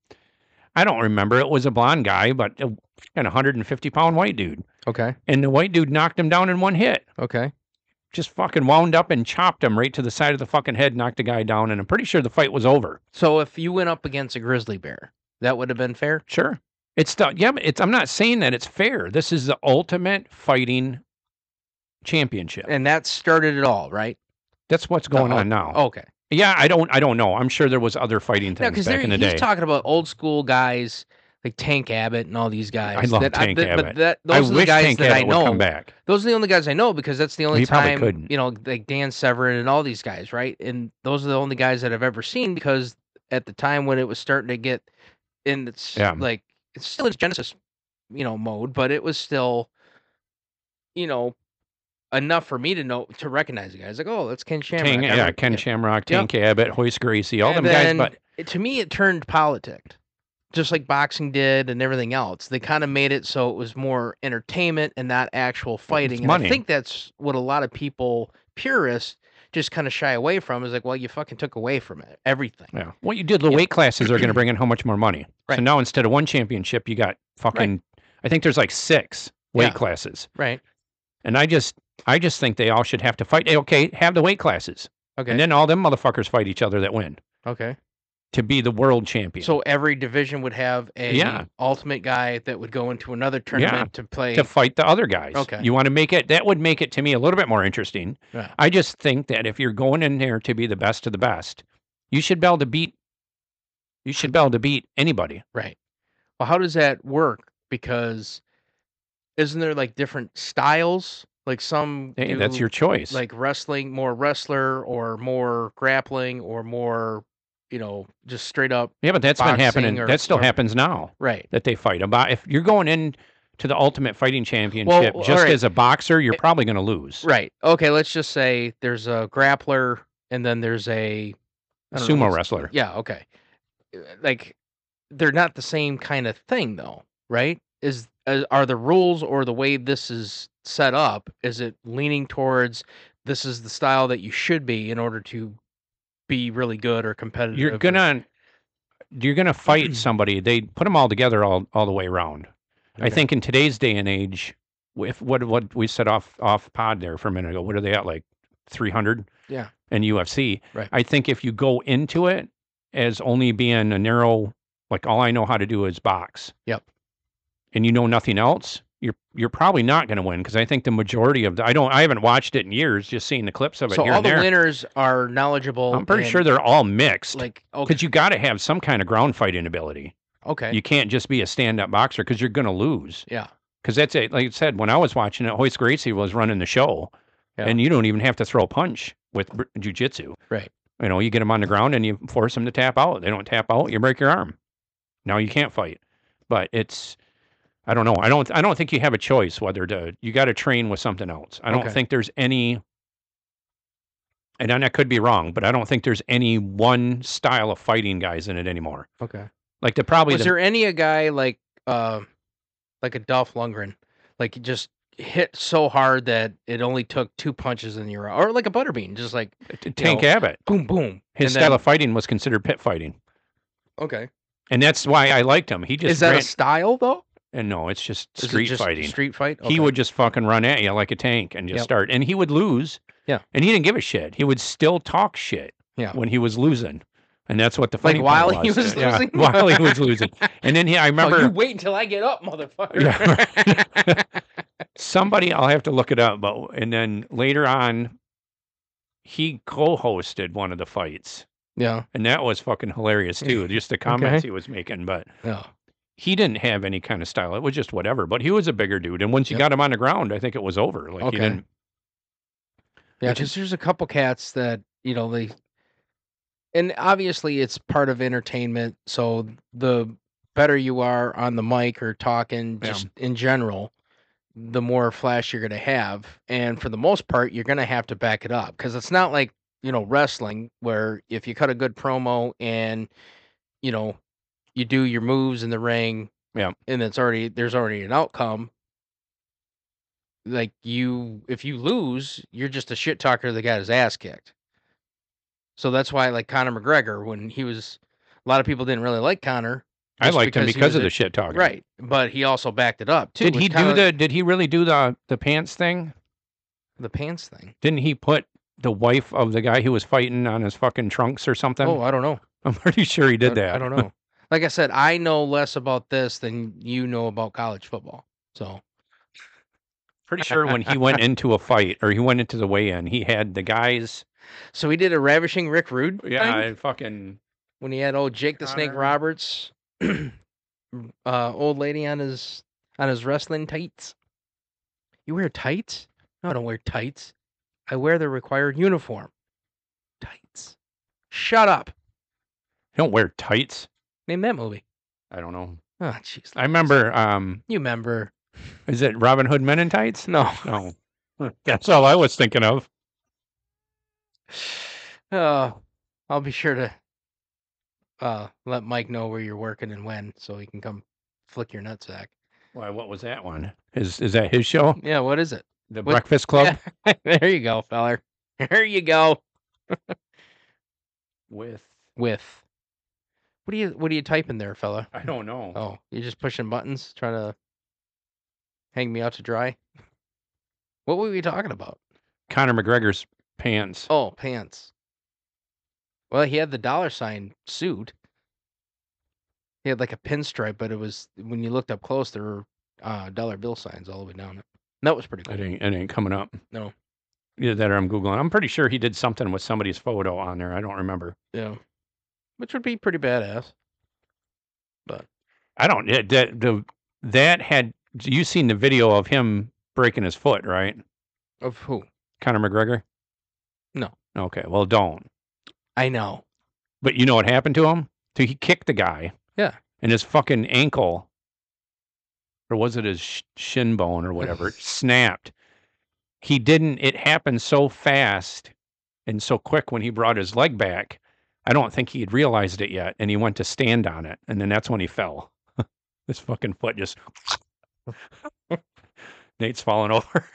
I don't remember. It was a blonde guy, but uh, a, an 150 pound white dude,
Okay.
and the white dude knocked him down in one hit.
Okay.
Just fucking wound up and chopped him right to the side of the fucking head, knocked the guy down, and I'm pretty sure the fight was over.
So if you went up against a grizzly bear, that would have been fair.
Sure, it's the yeah. But it's I'm not saying that it's fair. This is the ultimate fighting championship.
And that started it all, right?
That's what's going
oh,
on now.
Okay.
Yeah, I don't. I don't know. I'm sure there was other fighting
No,
things
because
back in the
he's
day.
talking about old school guys like Tank Abbott and all these guys.
love
that
Tank
that- But
Abbott.
that those
I
are the
wish
guys
Tank
that I
Abbott would
know.
come back.
Those are the only guys I know because that's the only
He probably
time
couldn't.
you know, like Dan Severin and all these guys, right? And those are the only guys that I've ever seen because at the time when it was starting to get in its
Yeah.
like it's still its Genesis, you know, mode, but it was still, you know, enough for me to know to recognize the guys. Like, oh, that's Ken Shamrock.
Tang,
I
yeah,
rec-
Ken Shamrock, Tank Abbott, Hoist Gracie, all
and
them
then,
guys.
it- to me, it turned politic, just like boxing did and everything else. They kind of made it so it was more entertainment and not actual fighting. and
money.
I think that's what a lot of people purists just kind of shy away from. Is like, well, you fucking took away from it everything.
But yeah, what you did, the
Yeah.
weight classes are going to bring in how much more money.
Right.
So now instead of one championship, you got fucking. I think there's like six weight
Yeah.
classes,
Right.
and I just, I just think they all should have to fight. Hey, Okay, have the weight classes,
Okay.
and then all them motherfuckers fight each other that win
okay.
to be the world champion.
So every division would have a
Yeah.
ultimate guy that would go into another tournament to play.
to fight the other guys.
Okay.
You want to make it that would make it to me a little bit more interesting.
Yeah.
I just think that if you're going in there to be the best of the best, you should be able to beat you should be able to beat anybody.
Right. Well, how does that work? Because isn't there like different styles? Like some
Hey, that's
do,
your choice.
like wrestling, more wrestler or more grappling or more, you know, just straight up
yeah, but that's been happening.
boxing or-
that still
or-
happens now
right.
that they fight about. If you're going in to the Ultimate Fighting Championship
all
just
right.
as a boxer, you're
It-
probably going to lose.
Right. Okay, let's just say there's a grappler and then there's a
A
I don't know,
sumo
let's-
wrestler.
Yeah, okay. Uh, Like they're not the same kind of thing though, right? Is uh, are the rules or the way this is set up is it leaning towards this is the style that you should be in order to be really good or competitive?
You're
or-
going to you're going
[clears throat]
to fight somebody. They put them all together all all the way around. I
Okay.
think in today's day and age, if what what we set off off pod there for a minute ago, what are they at like three hundred?
Yeah.
In UFC,
Right.
I think if you go into it as only being a narrow, like all I know how to do is box.
Yep.
And you know nothing else, you're you're probably not going to win because I think the majority of the I don't I haven't watched it in years, just seeing the clips of it
so
here
all
and
the
there.
winners are knowledgeable.
I'm pretty
and,
sure they're all mixed because
like okay,
you got to have some kind of ground fighting ability.
okay,
You can't just be a stand up boxer because you're going to lose.
yeah,
Because that's it. Like I said, when I was watching it, Hoist Gracie was running the show,
Yeah.
and you don't even have to throw a punch with br- jujitsu.
Right.
You know, you get them on the ground and you force them to tap out. They don't tap out, you break your arm. Now you can't fight. But it's, I don't know. I don't. I don't think you have a choice whether to. You got to train with something else. I don't
Okay.
think there's any. And then I could be wrong, but I don't think there's any one style of fighting guys in it anymore.
okay.
Like the probably
Was
the,
there any a guy like uh, like a Dolph Lundgren, like he just hit so hard that it only took two punches and you're out, or like a butterbean, just like
t- Tank
know,
Abbott.
boom, boom.
His
and
style
then-
of fighting was considered pit fighting.
okay.
And that's why I liked him. He just
Is that
ran-
a style though?
and no, it's just
Is it
street
just
fighting.
Street fight.
He
Okay.
would just fucking run at you like a tank and just
Yep.
start, and he would lose.
Yeah.
and he didn't give a shit. He would still talk shit.
Yeah.
when he was losing, and that's what the
Like
funny
while
part
he
was.
was
[laughs] Yeah,
losing?
while he
[laughs]
was losing, and then he, I
Oh,
remember
you wait until I get up, motherfucker.
Yeah, somebody I'll have to look it up, but and then later on, he co-hosted one of the fights,
[laughs] yeah.
and that was fucking hilarious
Mm.
too. Just the comments he was making, but
Yeah.
he didn't have any kind of style. It was just whatever. But he was a bigger dude, and once you
Yep.
got him on the ground, I think it was over. Like
Okay.
he didn't.
Yeah,
Which
because there's a couple cats that you know they, and obviously it's part of entertainment. So the better you are on the mic or talking,
Yeah.
just in general, the more flash you're gonna have. And for the most part, you're gonna have to back it up because it's not like you know wrestling where if you cut a good promo and you know you do your moves in the ring,
Yeah.
and it's already there's already an outcome like you if you lose, you're just a shit talker that got his ass kicked. So that's why like Conor McGregor when he was a lot of people didn't really like Conor.
I
just
liked him
because he
because
was
of
a-
the shit talking.
Right. But he also backed it up too.
Oh, Did
which
he do
kinda-
the? Did he really do the the pants thing?
the pants thing?
Didn't he put the wife of the guy who was fighting on his fucking trunks or something?
oh, I don't know.
[laughs] I'm pretty sure he did
I-
that.
I
[laughs]
don't know. like I said, I know less about this than you know about college football. So
pretty sure when he [laughs] went into a fight or he went into the weigh-in, he had the guys.
so he did a ravishing Rick Rude
Yeah,
thing
I fucking
when he had old Jake the Snake
Conor.
Roberts [clears throat] uh old lady on his on his wrestling tights. You wear tights? No, I don't wear tights. I wear the required uniform. Tights. Shut up.
don't wear tights.
Name that movie.
I don't know.
Oh, jeez.
I remember. Um,
You remember. [sighs]
is it Robin Hood Men in Tights?
No.
No, [laughs] that's all I was thinking of.
Uh, I'll be sure to uh, let Mike know where you're working and when so he can come flick your nutsack.
Why? What was that one? Is is that his show?
Yeah, what is it?
The
What-
Breakfast Oh. Club
[laughs] there you go, feller. There you go.
with
with. What do you what do you type in there, fella?
I don't know.
Oh, you're just pushing buttons, trying to hang me out to dry. [laughs] What were we talking about?
Conor McGregor's pants.
Oh, pants. Well, he had the dollar sign suit. He had like a pinstripe, but it was when you looked up close, there were uh, dollar bill signs all the way down it. That was pretty cool.
It ain't it ain't coming up.
No.
Either that or I'm googling. I'm pretty sure he did something with somebody's photo on there. I don't remember.
Yeah, which would be pretty badass.
I don't. It, that the that had you seen the video of him breaking his foot, right?
Of who?
Conor McGregor.
No.
Okay. Well, don't.
I know.
But you know what happened to him? So he kicked the guy.
Yeah.
And his fucking ankle, or was it his sh- shin bone or whatever, it snapped. He didn't, it happened so fast and so quick when he brought his leg back. I don't think he had realized it yet. And he went to stand on it. And then that's when he fell. [laughs] his fucking foot just. [laughs] Nate's falling over.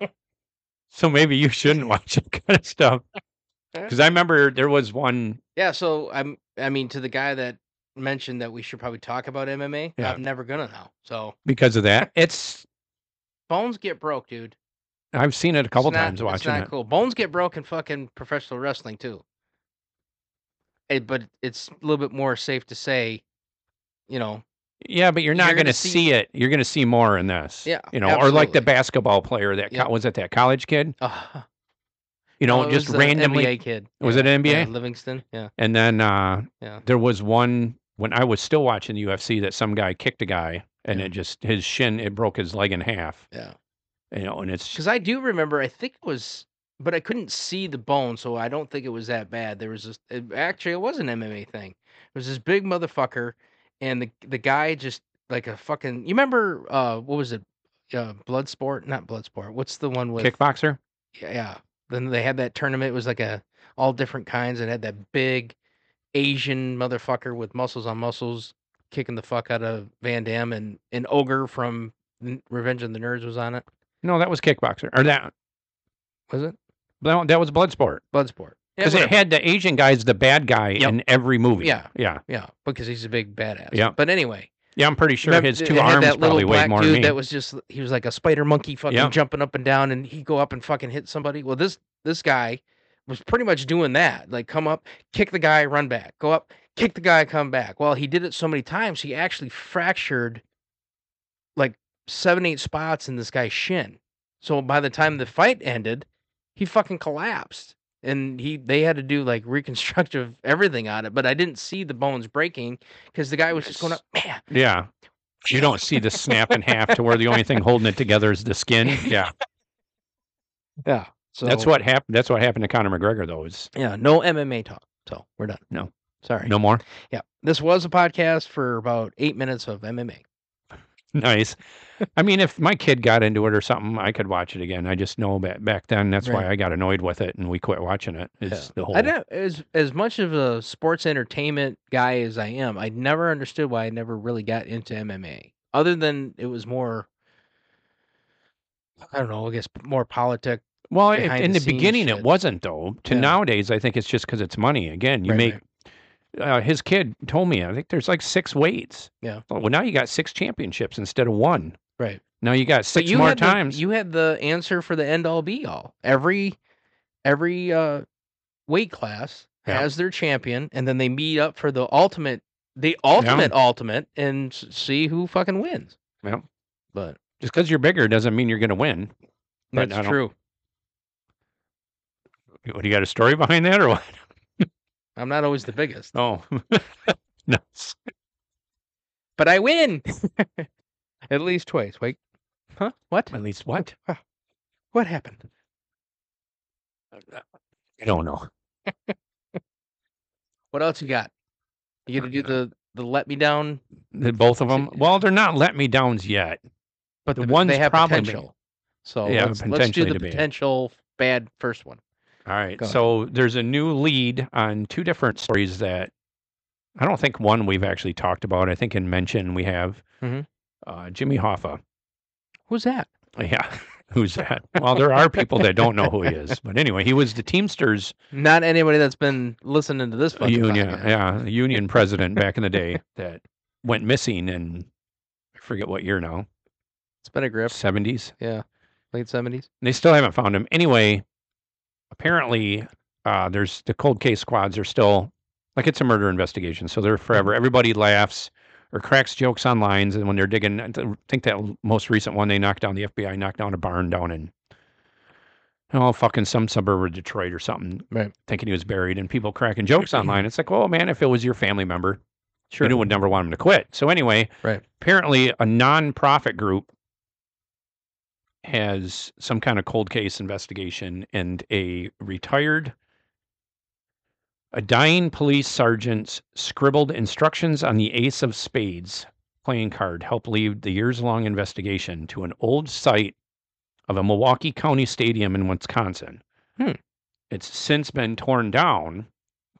[laughs] so maybe you shouldn't watch that kind of stuff. Because I remember there was one
Yeah, so I'm I mean to the guy that mentioned that we should probably talk about MMA,
Yeah.
I'm never gonna now. So
because of that. It's
bones get broke, dude.
I've seen it a couple
It's not-
times
It's
watching
not
it.
cool. Bones get broke in fucking professional wrestling too. Eh, but it's a little bit more safe to say, you know,
Yeah, but you're not
You're
going
gonna
to
see-
see it. You're going to see more in this.
Yeah,
you know, or like the
absolutely.
basketball player that co-
Yep.
was it that college kid.
Uh,
You
oh,
know, just randomly.
NBA kid.
Was it
Yeah,
an
yeah,
NBA?
Livingston? Yeah.
And then uh,
Yeah.
there was one when I was still watching the UFC that some guy kicked a guy and
Yeah.
it just his shin it broke his leg in half.
Yeah.
You know, and it's
Because I do remember, I think it was, but I couldn't see the bone, so I don't think it was that bad. There was this, it, actually, it was an MMA thing. It was this big motherfucker, and the the guy just like a fucking. You remember uh what was it? Uh, Bloodsport, not Bloodsport. What's the one with?
kickboxer.
Yeah, yeah. Then they had that tournament. It was like a all different kinds, and had that big Asian motherfucker with muscles on muscles kicking the fuck out of Van Damme and an ogre from N- Revenge of the Nerds was on it.
No, that was kickboxer or that
Was it
that, that was Bloodsport
Bloodsport? Yeah,
because it
whatever.
had the Asian guy's the bad guy
Yep.
in every movie.
Yeah.
yeah,
Yeah, because he's a big badass.
Yeah.
But anyway,
yeah. I'm pretty sure
remember
his
th-
two
it had
arms
that little
probably weighed
black
more
dude
than me.
that was just he was like a spider monkey fucking
Yeah.
jumping up and down and he'd go up and fucking hit somebody. Well, this this guy was pretty much doing that. Like come up, kick the guy, run back. Go up, kick the guy, come back. Well, he did it so many times he actually fractured like 7 8 spots in this guy's shin. So by the time the fight ended, he fucking collapsed. And he they had to do like reconstructive [laughs] everything on it, but I didn't see the bones breaking because the guy was just going up, man,
yeah, you don't see the snap in half to where the only thing holding it together is the skin.
[laughs]
Yeah,
Yeah. So
that's what happened. That's what happened to Conor McGregor though. Is
Yeah. No MMA talk. So we're done.
No.
Sorry.
no more. [laughs]
Yeah. This was a podcast for about eight minutes of MMA.
Nice. I mean, if my kid got into it or something, I could watch it again. I just know that back then, that's why
Right.
I got annoyed with it and we quit watching it. Is
Yeah.
the whole
I don't as as much of a sports entertainment guy as I am. I never understood why I never really got into MMA, other than it was more. I don't know. I guess more politic.
well it,
behind
in
the
the,
scenes
beginning
shit.
it wasn't though. To
Yeah.
nowadays, I think it's just because it's money. Again, you
Right,
make
right.
uh, his kid told me I think there's like six weights. Oh,
Yeah.
Well, now you got six championships instead of one.
Right.
Now you got
But
six
you
more
had the-
times.
you had the answer for the end all be all. Every every uh weight class
Yeah.
has their champion, and then they meet up for the ultimate, the ultimate ultimate, and s- see who fucking wins.
Yeah.
But
just because you're bigger doesn't mean you're going to win. But I
that's
don't-
true.
What do you got a story behind that or what? [laughs]
I'm not always the biggest,
Oh, [laughs] no.
but I
[laughs]
win at least twice. Wait, huh? What?
At least what?
What happened?
I don't know.
What else you got? You gonna do the the let me down?
The- both of them. Well, they're not let me downs yet.
But
The
the,
one's
they have
probably-
potential. So
Yeah,
let's, let's do
potentially
the
to be.
potential bad first one.
All right.
Go ahead.
So there's a new lead on two different stories that I don't think one we've actually talked about. I think in mention we have
Mhm.
uh, Jimmy Hoffa. [laughs]
Who's that?
Yeah. Who's that? Well, there are people that don't know who he
[laughs]
is. But anyway, he was the Teamsters
Not anybody that's been listening to this fucking
union,
podcast.
yeah, union president back in the day that went missing in I forget what year now,
It's been a grip.
70s.
Yeah. Late seventies.
They still haven't found him. Anyway, apparently, uh, there's the cold case squads are still like it's a murder investigation, so they're
Mm-hmm.
forever. Everybody laughs or cracks jokes on lines, and when they're digging, I th- think that l- most recent one they knocked down the FBI knocked down a barn down in oh fucking some suburb of Detroit or something,
Right. Mm-hmm.
thinking he was buried, and people cracking jokes online. It's like, oh man, if it was your family member,
Sure.
you would never want him to quit. So anyway,
Right.
apparently a nonprofit group has some kind of cold case investigation and a retired a dying police sergeant's scribbled instructions on the ace of spades playing card helped lead the years-long investigation to an old site of a Milwaukee County stadium in Wisconsin.
Hmm.
It's since been torn down,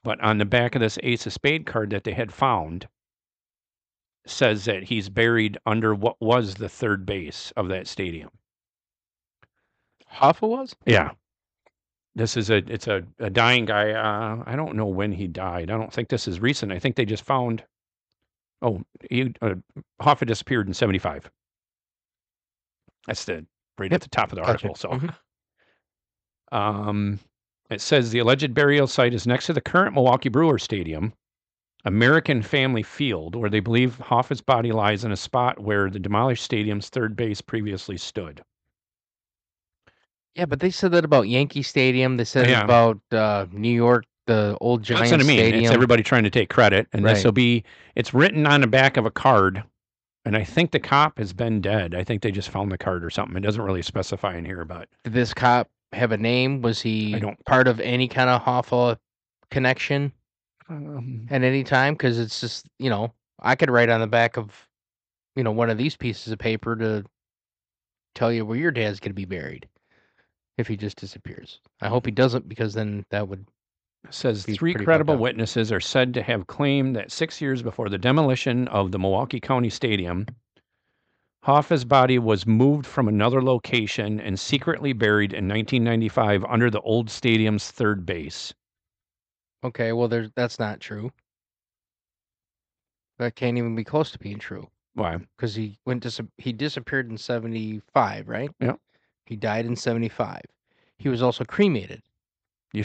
but on the back of this ace of spade card that they had found says that he's buried under what was the third base of that stadium.
Hoffa was?
Yeah. This is a it's a, a dying guy. Uh, I don't know when he died. I don't think this is recent. I think they just found. Oh, he uh, Hoffa disappeared in '75. That's the right
Yep.
at the top of the
Gotcha. Mm-hmm.
article. So,
Mhm.
um, it says the alleged burial site is next to the current Milwaukee Brewer Stadium, American Family Field, where they believe Hoffa's body lies in a spot where the demolished stadium's third base previously stood.
Yeah, but they said that about Yankee Stadium. They said it
Yeah.
about uh, New York, the old Giants
That's what I mean.
Stadium.
It's everybody trying to take credit, and this
Right.
will be. It's written on the back of a card, and I think the cop has been dead. I think they just found the card or something. It doesn't really specify in here, but
Did this cop have a name? Was he
don't-
part of any kind of Hoffa connection
um,
at any time? Because it's just you know I could write on the back of you know one of these pieces of paper to tell you where your dad's going to be buried if he just disappears. I hope he doesn't because then that would
says
Be
three
pretty fucked
credible
up.
witnesses are said to have claimed that six years before the demolition of the Milwaukee County Stadium, Hoffa's body was moved from another location and secretly buried in 1995 under the old stadium's third base.
okay. Well, there's that's not true. That can't even be close to being true.
Why? [laughs]
because he went dis- he disappeared in 75 right
Yep.
he died in 75 he was also cremated
You,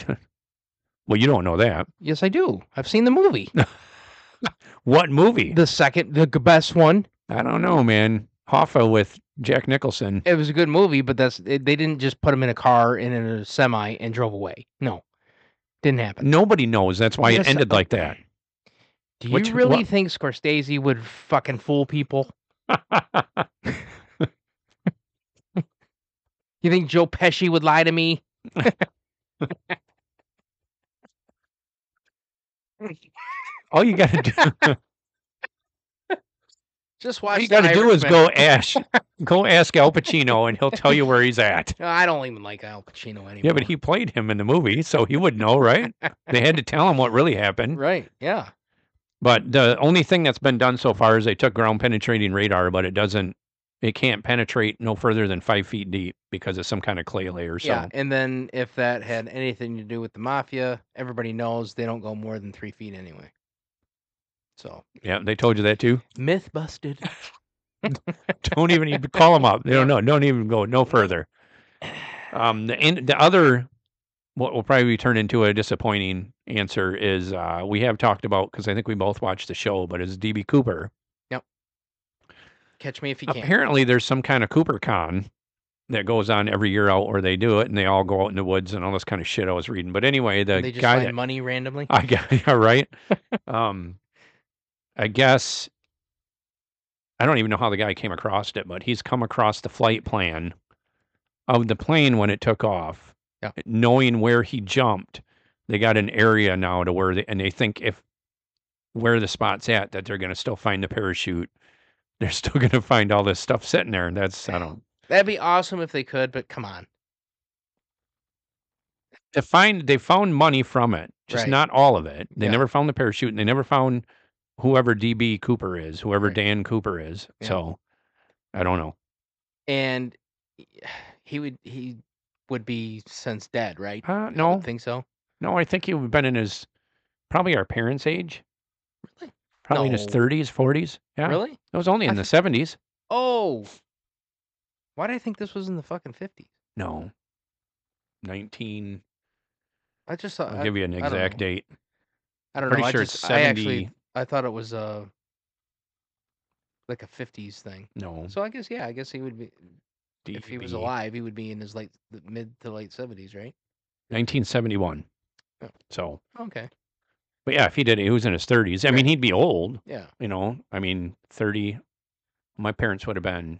well, you don't know that.
yes i do i've seen the movie
What movie?
the second the g- best one
I don't know, man. Hoffa with Jack Nicholson.
it was a good movie but that's it, they didn't just put him in a car and in a semi and drove away no didn't happen
Nobody knows. That's why
Yes,
it ended
I-
like that.
do you
Which-
really
what-
think scorsese would fucking fool
[laughs]
people you think joe pesci would lie to me
All you got to
[laughs]
do,
just
all
watch
you
The
got to do is
Irishman.
go ask, go ask Al Pacino, and he'll tell you where he's at.
No, i don't even like al pacino anymore [laughs]
Yeah, but he played him in the movie, so he would know, right? They had to tell him what really happened.
right yeah
But the only thing that's been done so far is they took ground penetrating radar, but it doesn't, it can't penetrate no further than five feet deep because of some kind of clay layer. So
Yeah, and then if that had anything to do with the mafia, everybody knows they don't go more than three feet anyway. So
yeah, they told you that too.
myth busted.
don't even even call them up. They don't know. Don't even go no further. Um, the and the other what will probably turn into a disappointing answer is uh, we have talked about because I think we both watched the show, but is DB Cooper.
Catch me if you can.
Apparently, there's some kind of Cooper Con that goes on every year out where they do it, and they all go out in the woods and all this kind of shit I was reading. But anyway, the
they just
guy
find
that
money randomly.
I got [laughs] yeah, right. um, I guess I don't even know how the guy came across it, but he's come across the flight plan of the plane when it took off,
Yeah.
knowing where he jumped. They got an area now to where they and they think if where the spot's at that they're going to still find the parachute. They're still going to find all this stuff sitting there. That's I don't
That'd be awesome if they could, but come on.
to find they found money from it, just
Right.
not all of it. They
Yeah.
never found the parachute, and they never found whoever DB Cooper is, whoever
Right.
Dan Cooper is.
Yeah.
So I don't know.
And [sighs] he would he would be since dead, right?
Uh,
I
no,
would think so.
no, I think he would have been in his probably our parents' age,
Really?
probably in his
No.
thirties, forties. Yeah,
Really?
it was only
I
in the
thi-
seventies.
Oh. Why did I think this was in the fucking fifties?
No, nineteen.
I just thought
I'll
Uh, I,
give you an
don't
exact
know.
date.
I don't
Pretty
know.
sure
I
it's
just I actually
seventy.
I thought it was uh like a fifties thing.
No,
So I guess yeah, I guess he would be if he was
DB.
alive, he would be in his late the mid to late seventies, right?
1971.
Yeah.
So,
Okay.
but yeah, if he did, it, he was in his 30s. I
Right.
mean, he'd be old.
Yeah.
you know, I mean, 30, my parents would have been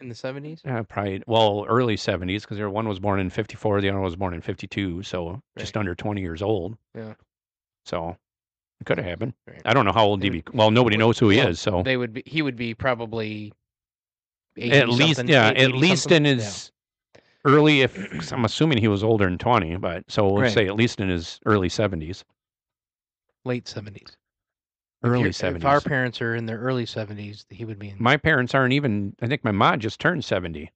In the seventies?
uh, probably, well, early 70s because one was born in 54, the other one was born in 52. So just
Right.
under 20 years old.
Yeah.
So it could have happened.
Right.
I don't know how old
They
DB, well, nobody
would-
knows who he
well,
is. So
They would be he would be probably 80
at least,
something,
yeah,
eight-
at
80
least
something.
in
Yeah.
his early,
[clears throat]
if 'cause I'm assuming he was older than 20, but so we'll
Right.
say at least in his early 70s,
late seventies.
early
If our
70s.
parents are in their early seventies, he would be in
my parents aren't even, I think my mom just turned 70.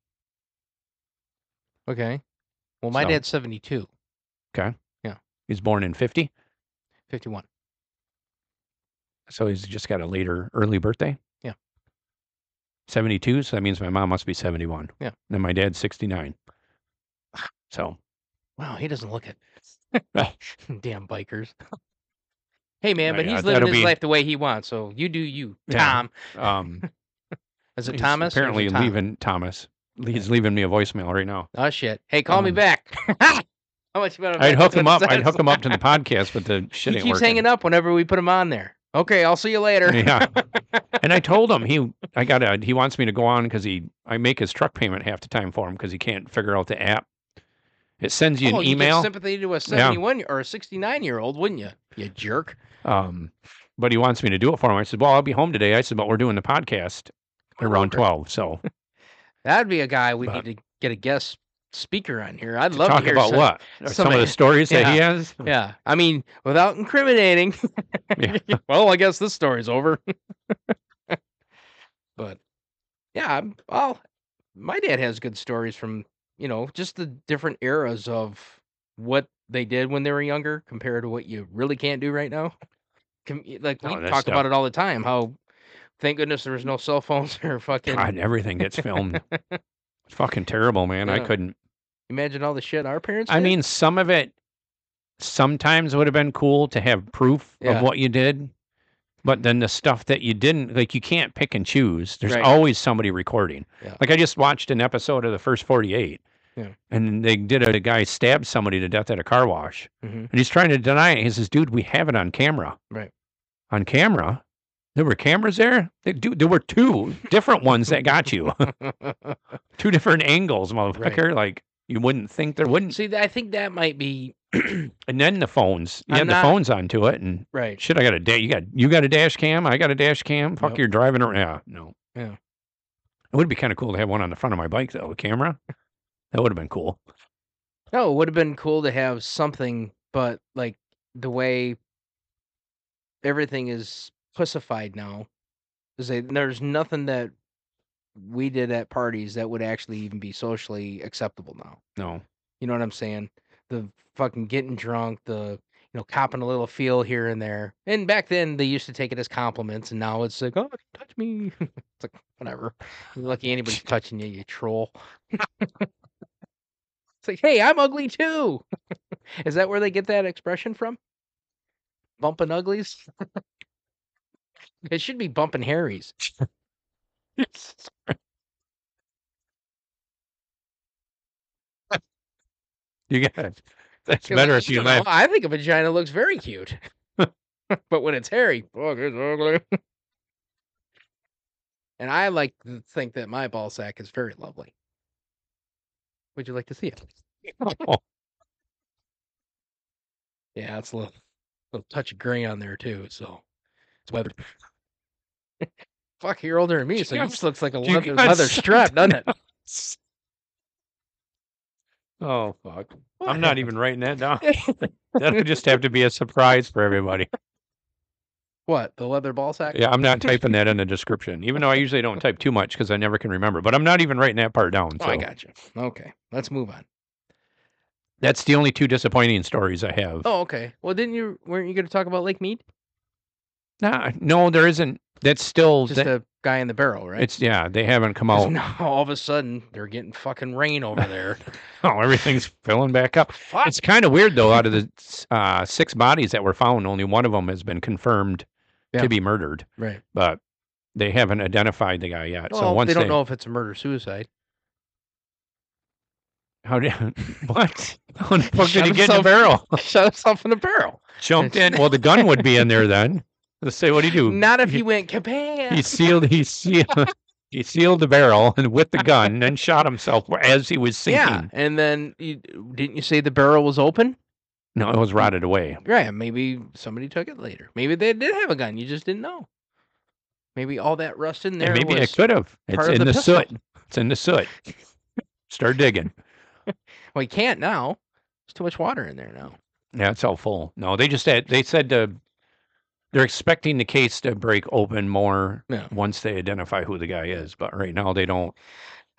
Okay. Well my
So-
dad's 72,
He's born in 50.
51.
So he's just got a later early birthday.
Yeah.
72. So that means my mom must be 71.
Yeah.
And my dad's 69. So
Wow, he doesn't look it.
[laughs]
[laughs] Damn bikers. [laughs] Hey man,
Oh,
but
yeah,
he's living
that'll
his
be-
life the way he wants. So you do you,
Yeah.
Tom. [laughs]
Um,
Is it
he's
Thomas? or is
Apparently
it Tom?
leaving Thomas. He's leaving me a voicemail right now.
Oh shit! Hey, call me
Um,
back. [laughs] How much you better?
I'd hook him up. I'd hook him
[laughs]
up to the podcast, but the shit
He
ain't
keeps
working.
hanging up whenever we put him on there. Okay, I'll see you later.
[laughs]
[laughs] Oh,
yeah. And I told him he I got to he wants me to go on because he I make his truck payment half the time for him because he can't figure out the app. It sends you
oh,
an
you give
email,
sympathy to a seventy-one or a sixty-nine-year-old, wouldn't you? You jerk.
um, but he wants me to do it for him. I said, "Well, I'll be home today." I said, "But we're doing the podcast around
Coworker. [laughs]
twelve, so
That'd be a guy we
But-
need to get a guest speaker on here. I'd
to
love
talk
to hear
about
some-
what Or some of
somebody-
the stories that he has."
[laughs] Yeah, I mean, without incriminating.
Yeah.
[laughs] well, I guess this story's over. [laughs] but yeah, I'm- well, my dad has good stories from you know just the different eras of what they did when they were younger compared to what you really can't do right now. Com- Like we
Oh, that
talk
stuff-
about it all the time. How thank goodness there was no cell phones [laughs] or fucking.
God, and everything gets
[laughs]
filmed. It's fucking terrible, man. I
Yeah.
couldn't.
Imagine all the shit our parents.
I
did.
mean, some of it sometimes would have been cool to have proof
Yeah.
of what you did, but then the stuff that you didn't, like you can't pick and choose. There's
Right.
always somebody recording.
Yeah.
Like I just watched an episode of the first 48.
Yeah.
And they did a, a guy stabbed somebody to death at a car wash.
Mhm.
And he's trying to deny it. He says, dude, we have it on camera.
Right.
On camera? There were cameras there? They, dude, there were two
[laughs]
different ones that got you. [laughs]
Mm-hmm.
two different angles, motherfucker. Like you wouldn't think there wouldn't
see, I think that might be
and then the phones. You
I'm
had the
not-
phones onto it, and
right.
shit, I got a da- you got you got a dash cam. I got a dash cam. Fuck,
Yep.
you're driving around. Yeah, no.
Yeah.
It would be kind of cool to have one on the front of my bike though, a camera. That would have been cool.
No, it would have been cool to have something, but like the way everything is pussified now, is that there's nothing that we did at parties that would actually even be socially acceptable now.
No,
You know what I'm saying? The fucking getting drunk, the you know, copping a little feel here and there. And back then they used to take it as compliments, and now it's like, oh, don't touch me. [laughs] it's like whatever. You're lucky anybody's touching you, you troll. [laughs] it's like, hey, I'm ugly too. [laughs] Is that where they get that expression from? Bumping uglies. [laughs] it should be bumping Harry's.
you got it. That's
You're like,
better if
"I
you
don't know,
laugh.
I think a vagina looks very cute. [laughs] but when it's hairy, fuck, it's ugly. [laughs] and I like to think that my ball sack is very lovely. Would you like to see it? Yeah, it's a little, little touch of gray on there too. So it's weathered. [laughs] Fuck, you're older than me, so
You
it just looks like a
you
leather,
got
leather
something
strap, doesn't it?
Oh fuck!
What
I'm not even writing
[laughs]
that down. That'll just have to be a surprise for everybody.
What the leather ball sack?
Yeah, I'm not typing that in the description, even though I usually don't type too much because I never can remember. But I'm not even writing that part down.
Oh,
So
I got you. Okay, let's move on.
that's the only two disappointing stories I have.
Oh, okay. Well, didn't you? Weren't you going to talk about Lake Mead?
Nah, no, there isn't. That's still
Just
that-
a guy in the barrel, right?
it's yeah. They haven't come
'Cause [laughs]
out.
now all of a sudden they're getting fucking rain
[laughs]
over there.
Oh, everything's filling back up.
Fuck.
It's kind of weird though. Out of the s- uh, six bodies that were found, only one of them has been confirmed
Yeah.
to be murdered,
Right.
but they haven't identified the guy yet.
Well,
so once
they don't know if it's a murder
[laughs]
suicide.
how
[laughs]
did [laughs] what? How the fuck did
Shut
he get in the
himself-
barrel?
[laughs] Shut himself in a barrel.
Jumped in. Well, the gun would be in there then. Let's say what do you do?
Not if [laughs]
He-
he went kabam.
he sealed he sealed [laughs] he sealed the barrel [laughs] and with the gun and shot himself as he was sinking.
Yeah, and then you, didn't you say the barrel was open?
No, it was rotted away.
Right. Maybe somebody took it later. Maybe they did have a gun. You just didn't know. Maybe all that rust in there
And maybe
was.
it could have. It's
part of
in
the
the,
pistol.
soot. It's in the soot. Start digging.
Well, you can't now. There's too much water in there now.
Yeah, it's all full. No, they just said they said uh, they're expecting the case to break open more
Yeah.
once they identify who the guy is. But right now they don't.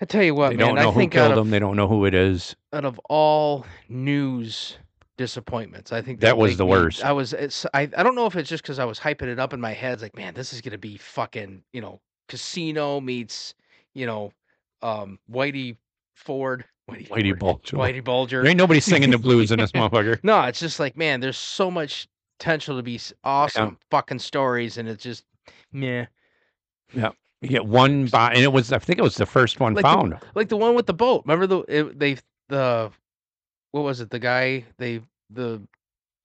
I tell you what,
they
man.
don't know
I
who
think out
killed
of,
him. They don't know who it is.
out of all news disappointments, I think
That was
Lake
the
Mead-
worst.
I was, it's, I, I don't know if it's just because I was hyping it up in my head, it's like, man, this is gonna be fucking, you know, casino meets, you know, um, Whitey Ford, [laughs] Whitey,
Whitey
Ford,
Bulger.
Whitey Bulger.
There ain't nobody singing the
[laughs]
blues in this motherfucker.
No, it's just like man, there's so much potential to be s- awesome fucking stories, and it's just yeah,
You get one by, and it was I think it was the first one
Like the-
found.
like the one with the boat. Remember the it, they the what was it? The guy they the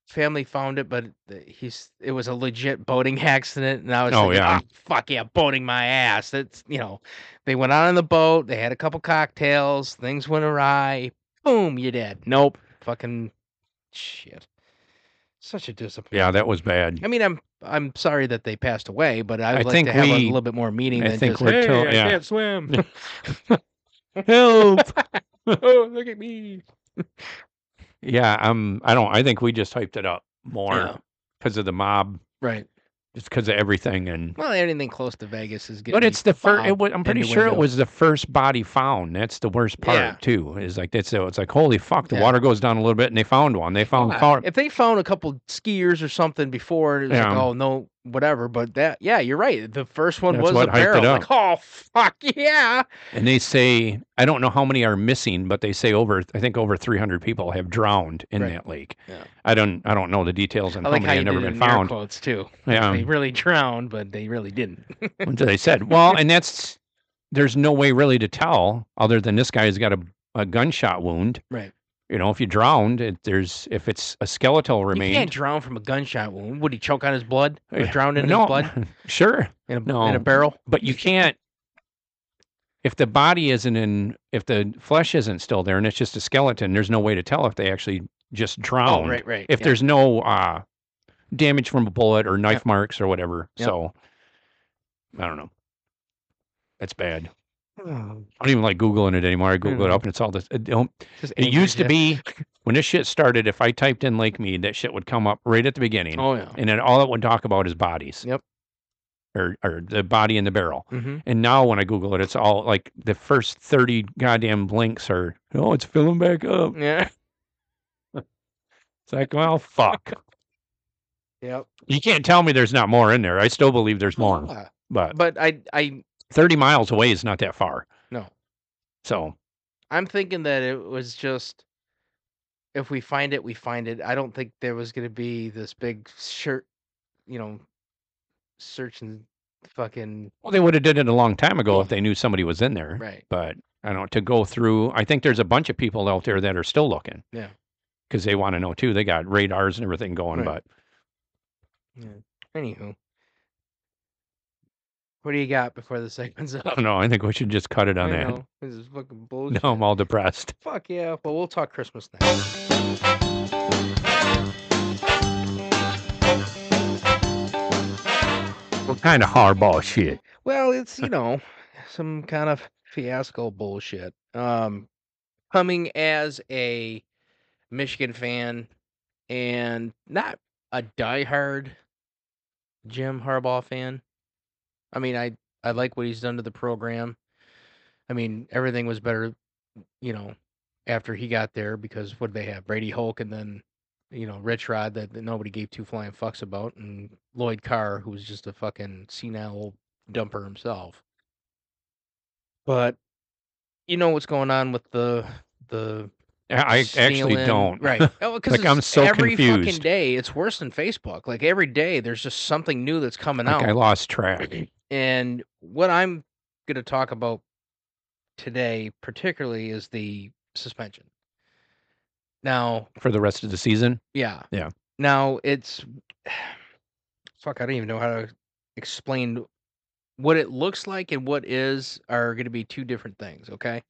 family found it, but the- he's it was a legit boating [laughs] accident, and I was
Oh,
thinking,
yeah.
"Ah, fuck yeah, boating my ass. That's you know, they went out on the boat, they had a couple cocktails, things went awry, boom, you're dead. Nope, fucking shit. Such a disappointment.
yeah, that was bad.
[laughs] I mean, I'm I'm sorry that they passed away, but I'd
I
like
think
to have a
we-
little bit more meaning
I
than
think
just
we're
hey,
till-
I
yeah.
can't
[laughs]
swim.
Help.
oh, look at me.
Yeah, um, I don't. I think we just hyped it up more
Yeah.
because of the mob,
Right.
just because of everything, and
Well, anything close to Vegas is good.
but it's the first. It
found
was, I'm pretty
in the
sure it
window.
was the first body found. That's the worst part
Yeah.
too. Is like that's it's like holy fuck, the
Yeah.
water goes down a little bit, and they found one. They found found-
If they found a couple skiers or something before, it was like,
Yeah.
oh no, whatever. But that, yeah, you're right. The first one
That's
was
what
a
hyped it
barrel. Like, oh fuck yeah!
and they say I don't know how many are missing, but they say over I think over 300 people have drowned in
Right.
that lake.
Yeah.
I don't I don't know the details on
I like
how
how
many
you
have never
did it in
been
air
found.
quotes too.
Yeah,
[laughs] they really drowned, but they really didn't.
What they said. Well, and that's there's no way really to tell other than this guy's got a, a gunshot wound.
Right.
You know, if you drowned, it, there's if it's a skeletal
You can't
remain.
drown from a gunshot wound. Would he choke on his blood? Or
Yeah.
drown in
No,
his blood
[laughs] sure,
in a, in
No.
a barrel?
but you can't. If the body isn't in, if the flesh isn't still there, and it's just a skeleton, there's no way to tell if they actually just drowned.
Oh, right, right.
If
yeah.
[sighs] there's no uh, damage from a bullet or knife
Yep.
marks or whatever,
Yep.
so I don't know. That's bad. I don't even like googling it anymore. I Google it
Mhm.
up, and it's all this. It, don't-
Just
it
angers
used to
ya.
be when this shit started. If I typed in Lake Mead, that shit would come up right at the beginning,
Oh yeah.
and then all it would talk about is bodies.
Yep.
Or or the body in the barrel.
hmm
And now when I Google it, it's all like the first thirty goddamn blinks are. Oh, it's filling back up.
Yeah.
It's like, well, fuck.
Yep.
You can't tell me there's not more in there. I still believe there's more,
Yeah.
but
But I, I,
thirty miles away is not that far.
no.
So
I'm thinking that it was just if we find it, we find it. I don't think there was going to be this big shirt, you know, search and fucking
well, they would have did it a long time ago if they knew somebody was in there.
right.
but I don't to go through. I think there's a bunch of people out there that are still looking.
Yeah.
Because they want to know too. They got radars and everything going,
Right.
but
Anywho, what do you got before the [laughs] segment's up?
I don't know. I think we should just cut it on
I
that.
know, This is fucking bullshit.
No, I'm all depressed.
Fuck yeah. But we'll talk Christmas next.
What kind of hardball shit?
Well, it's you know some kind of fiasco bullshit. Um, coming as a Michigan fan and not a diehard Jim Harbaugh fan. I mean, I I like what he's done to the program. I mean, everything was better, you know, after he got there because what did they have Brady Hulk and then you know Rich Rod that, that nobody gave two flying fucks about and Lloyd Carr who was just a fucking senile old dumper himself. But you know what's going on with the the
I I actually
stealing-
don't.
Right. Oh, because
[laughs] Like, I'm so
every
confused.
fucking day it's worse than Facebook. Like every day there's just something new that's coming
like
out.
I lost track.
And what I'm going to talk about today, particularly, is the suspension. Now,
For the rest of the season,
yeah.
Yeah.
Now it's [sighs] fuck, I don't even know how to explain what it looks like and what is are going to be two different things, okay?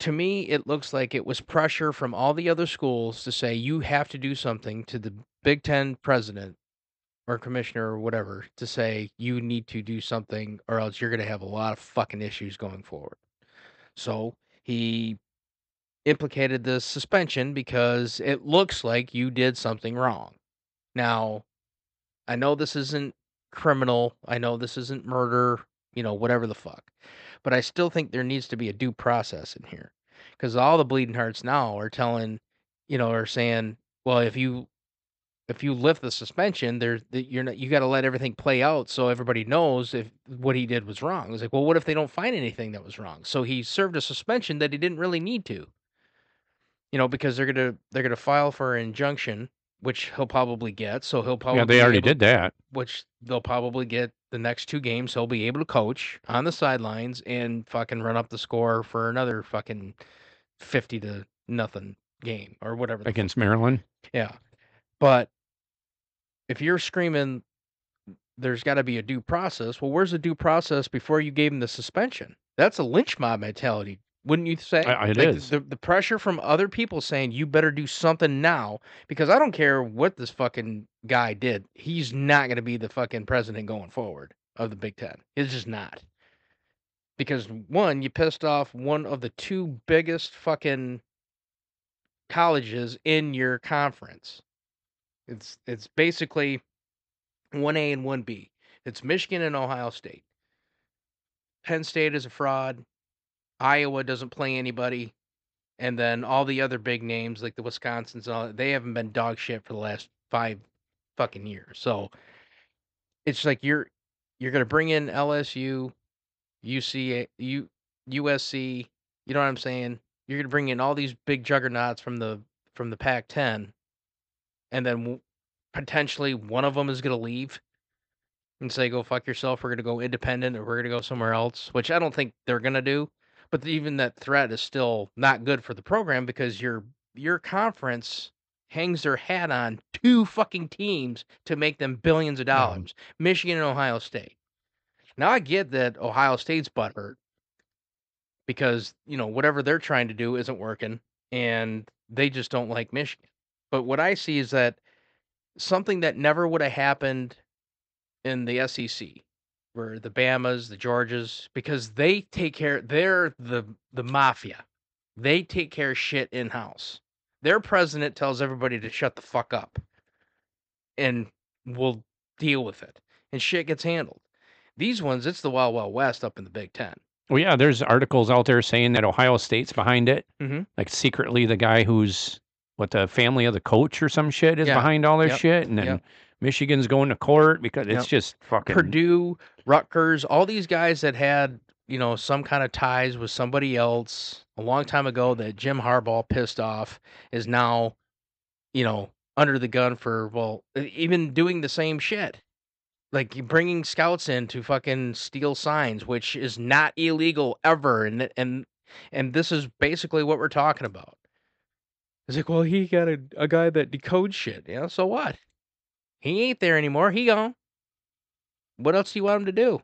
To me, it looks like it was pressure from all the other schools to say you have to do something to the Big 10 president or commissioner or whatever to say you need to do something or else you're going to have a lot of fucking issues going forward. So, he implicated the suspension because it looks like you did something wrong. Now, I know this isn't criminal. I know this isn't murder, you know, whatever the fuck. But I still think there needs to be a due process in here because all the bleeding hearts now are telling, you know, are saying, well, if you if you lift the suspension, there that you're not you got to let everything play out so everybody knows if what he did was wrong. It's like, well, what if they don't find anything that was wrong? So he served a suspension that he didn't really need to. You know, because they're gonna they're gonna file for an injunction, which he'll probably get. So he'll probably
yeah,
be
they already
able-
did that.
which they'll probably get the next two games. He'll be able to coach on the sidelines and fucking run up the score for another fucking fifty to nothing game or whatever. the fuck
Against Maryland.
yeah. But if you're screaming, there's got to be a due process, well, where's the due process before you gave him the suspension? That's a lynch mob mentality, wouldn't you say?
I- it
Like,
is.
The, the pressure from other people saying, you better do something now because I don't care what this fucking guy did. He's not going to be the fucking president going forward of the Big Ten. It's just not. Because one, you pissed off one of the two biggest fucking colleges in your conference. It's it's basically one A and one B. It's Michigan and Ohio State. Penn State is a fraud. Iowa doesn't play anybody. And then all the other big names like the Wisconsins and all that, they haven't been dog shit for the last five fucking years. So it's like you're you're gonna bring in LSU, UCA, U, USC. You know what I'm saying? You're gonna bring in all these big juggernauts from the from the Pac-10, and then w- potentially one of them is gonna leave and say, "Go fuck yourself. We're gonna go independent, or we're gonna go somewhere else," which I don't think they're gonna do. But even that threat is still not good for the program because your your conference hangs their hat on two fucking teams to make them billions of dollars. Michigan and Ohio State. Now I get that Ohio State's butthurt because you know whatever they're trying to do isn't working, and they just don't like Michigan. But what I see is that something that never would have happened in the SEC, where the Bamas, the Georges, because they take care, they're the the mafia. They take care of shit in house. Their president tells everybody to shut the fuck up, and will deal with it and shit gets handled. These ones, it's the Wild Wild West up in the Big Ten.
Well, yeah, there's articles out there saying that Ohio State's behind it.
Mhm.
Like secretly, the guy who's what the family of the coach or some shit is
Yeah.
behind all this
Yep.
shit, and then
Yep.
Michigan's going to court because it's
Yep.
just fucking.
Purdue, Rutgers, all these guys that had, you know, some kind of ties with somebody else a long time ago that Jim Harbaugh pissed off is now, you know, under the gun for, well, e- even doing the same shit. Like you bringing scouts in to fucking steal signs, which is not illegal ever. And, th- and, and this is basically what we're talking about. It's like, well, he got a, a guy that decodes shit. Yeah, so what? He ain't there anymore. He gone what else do you want him to do?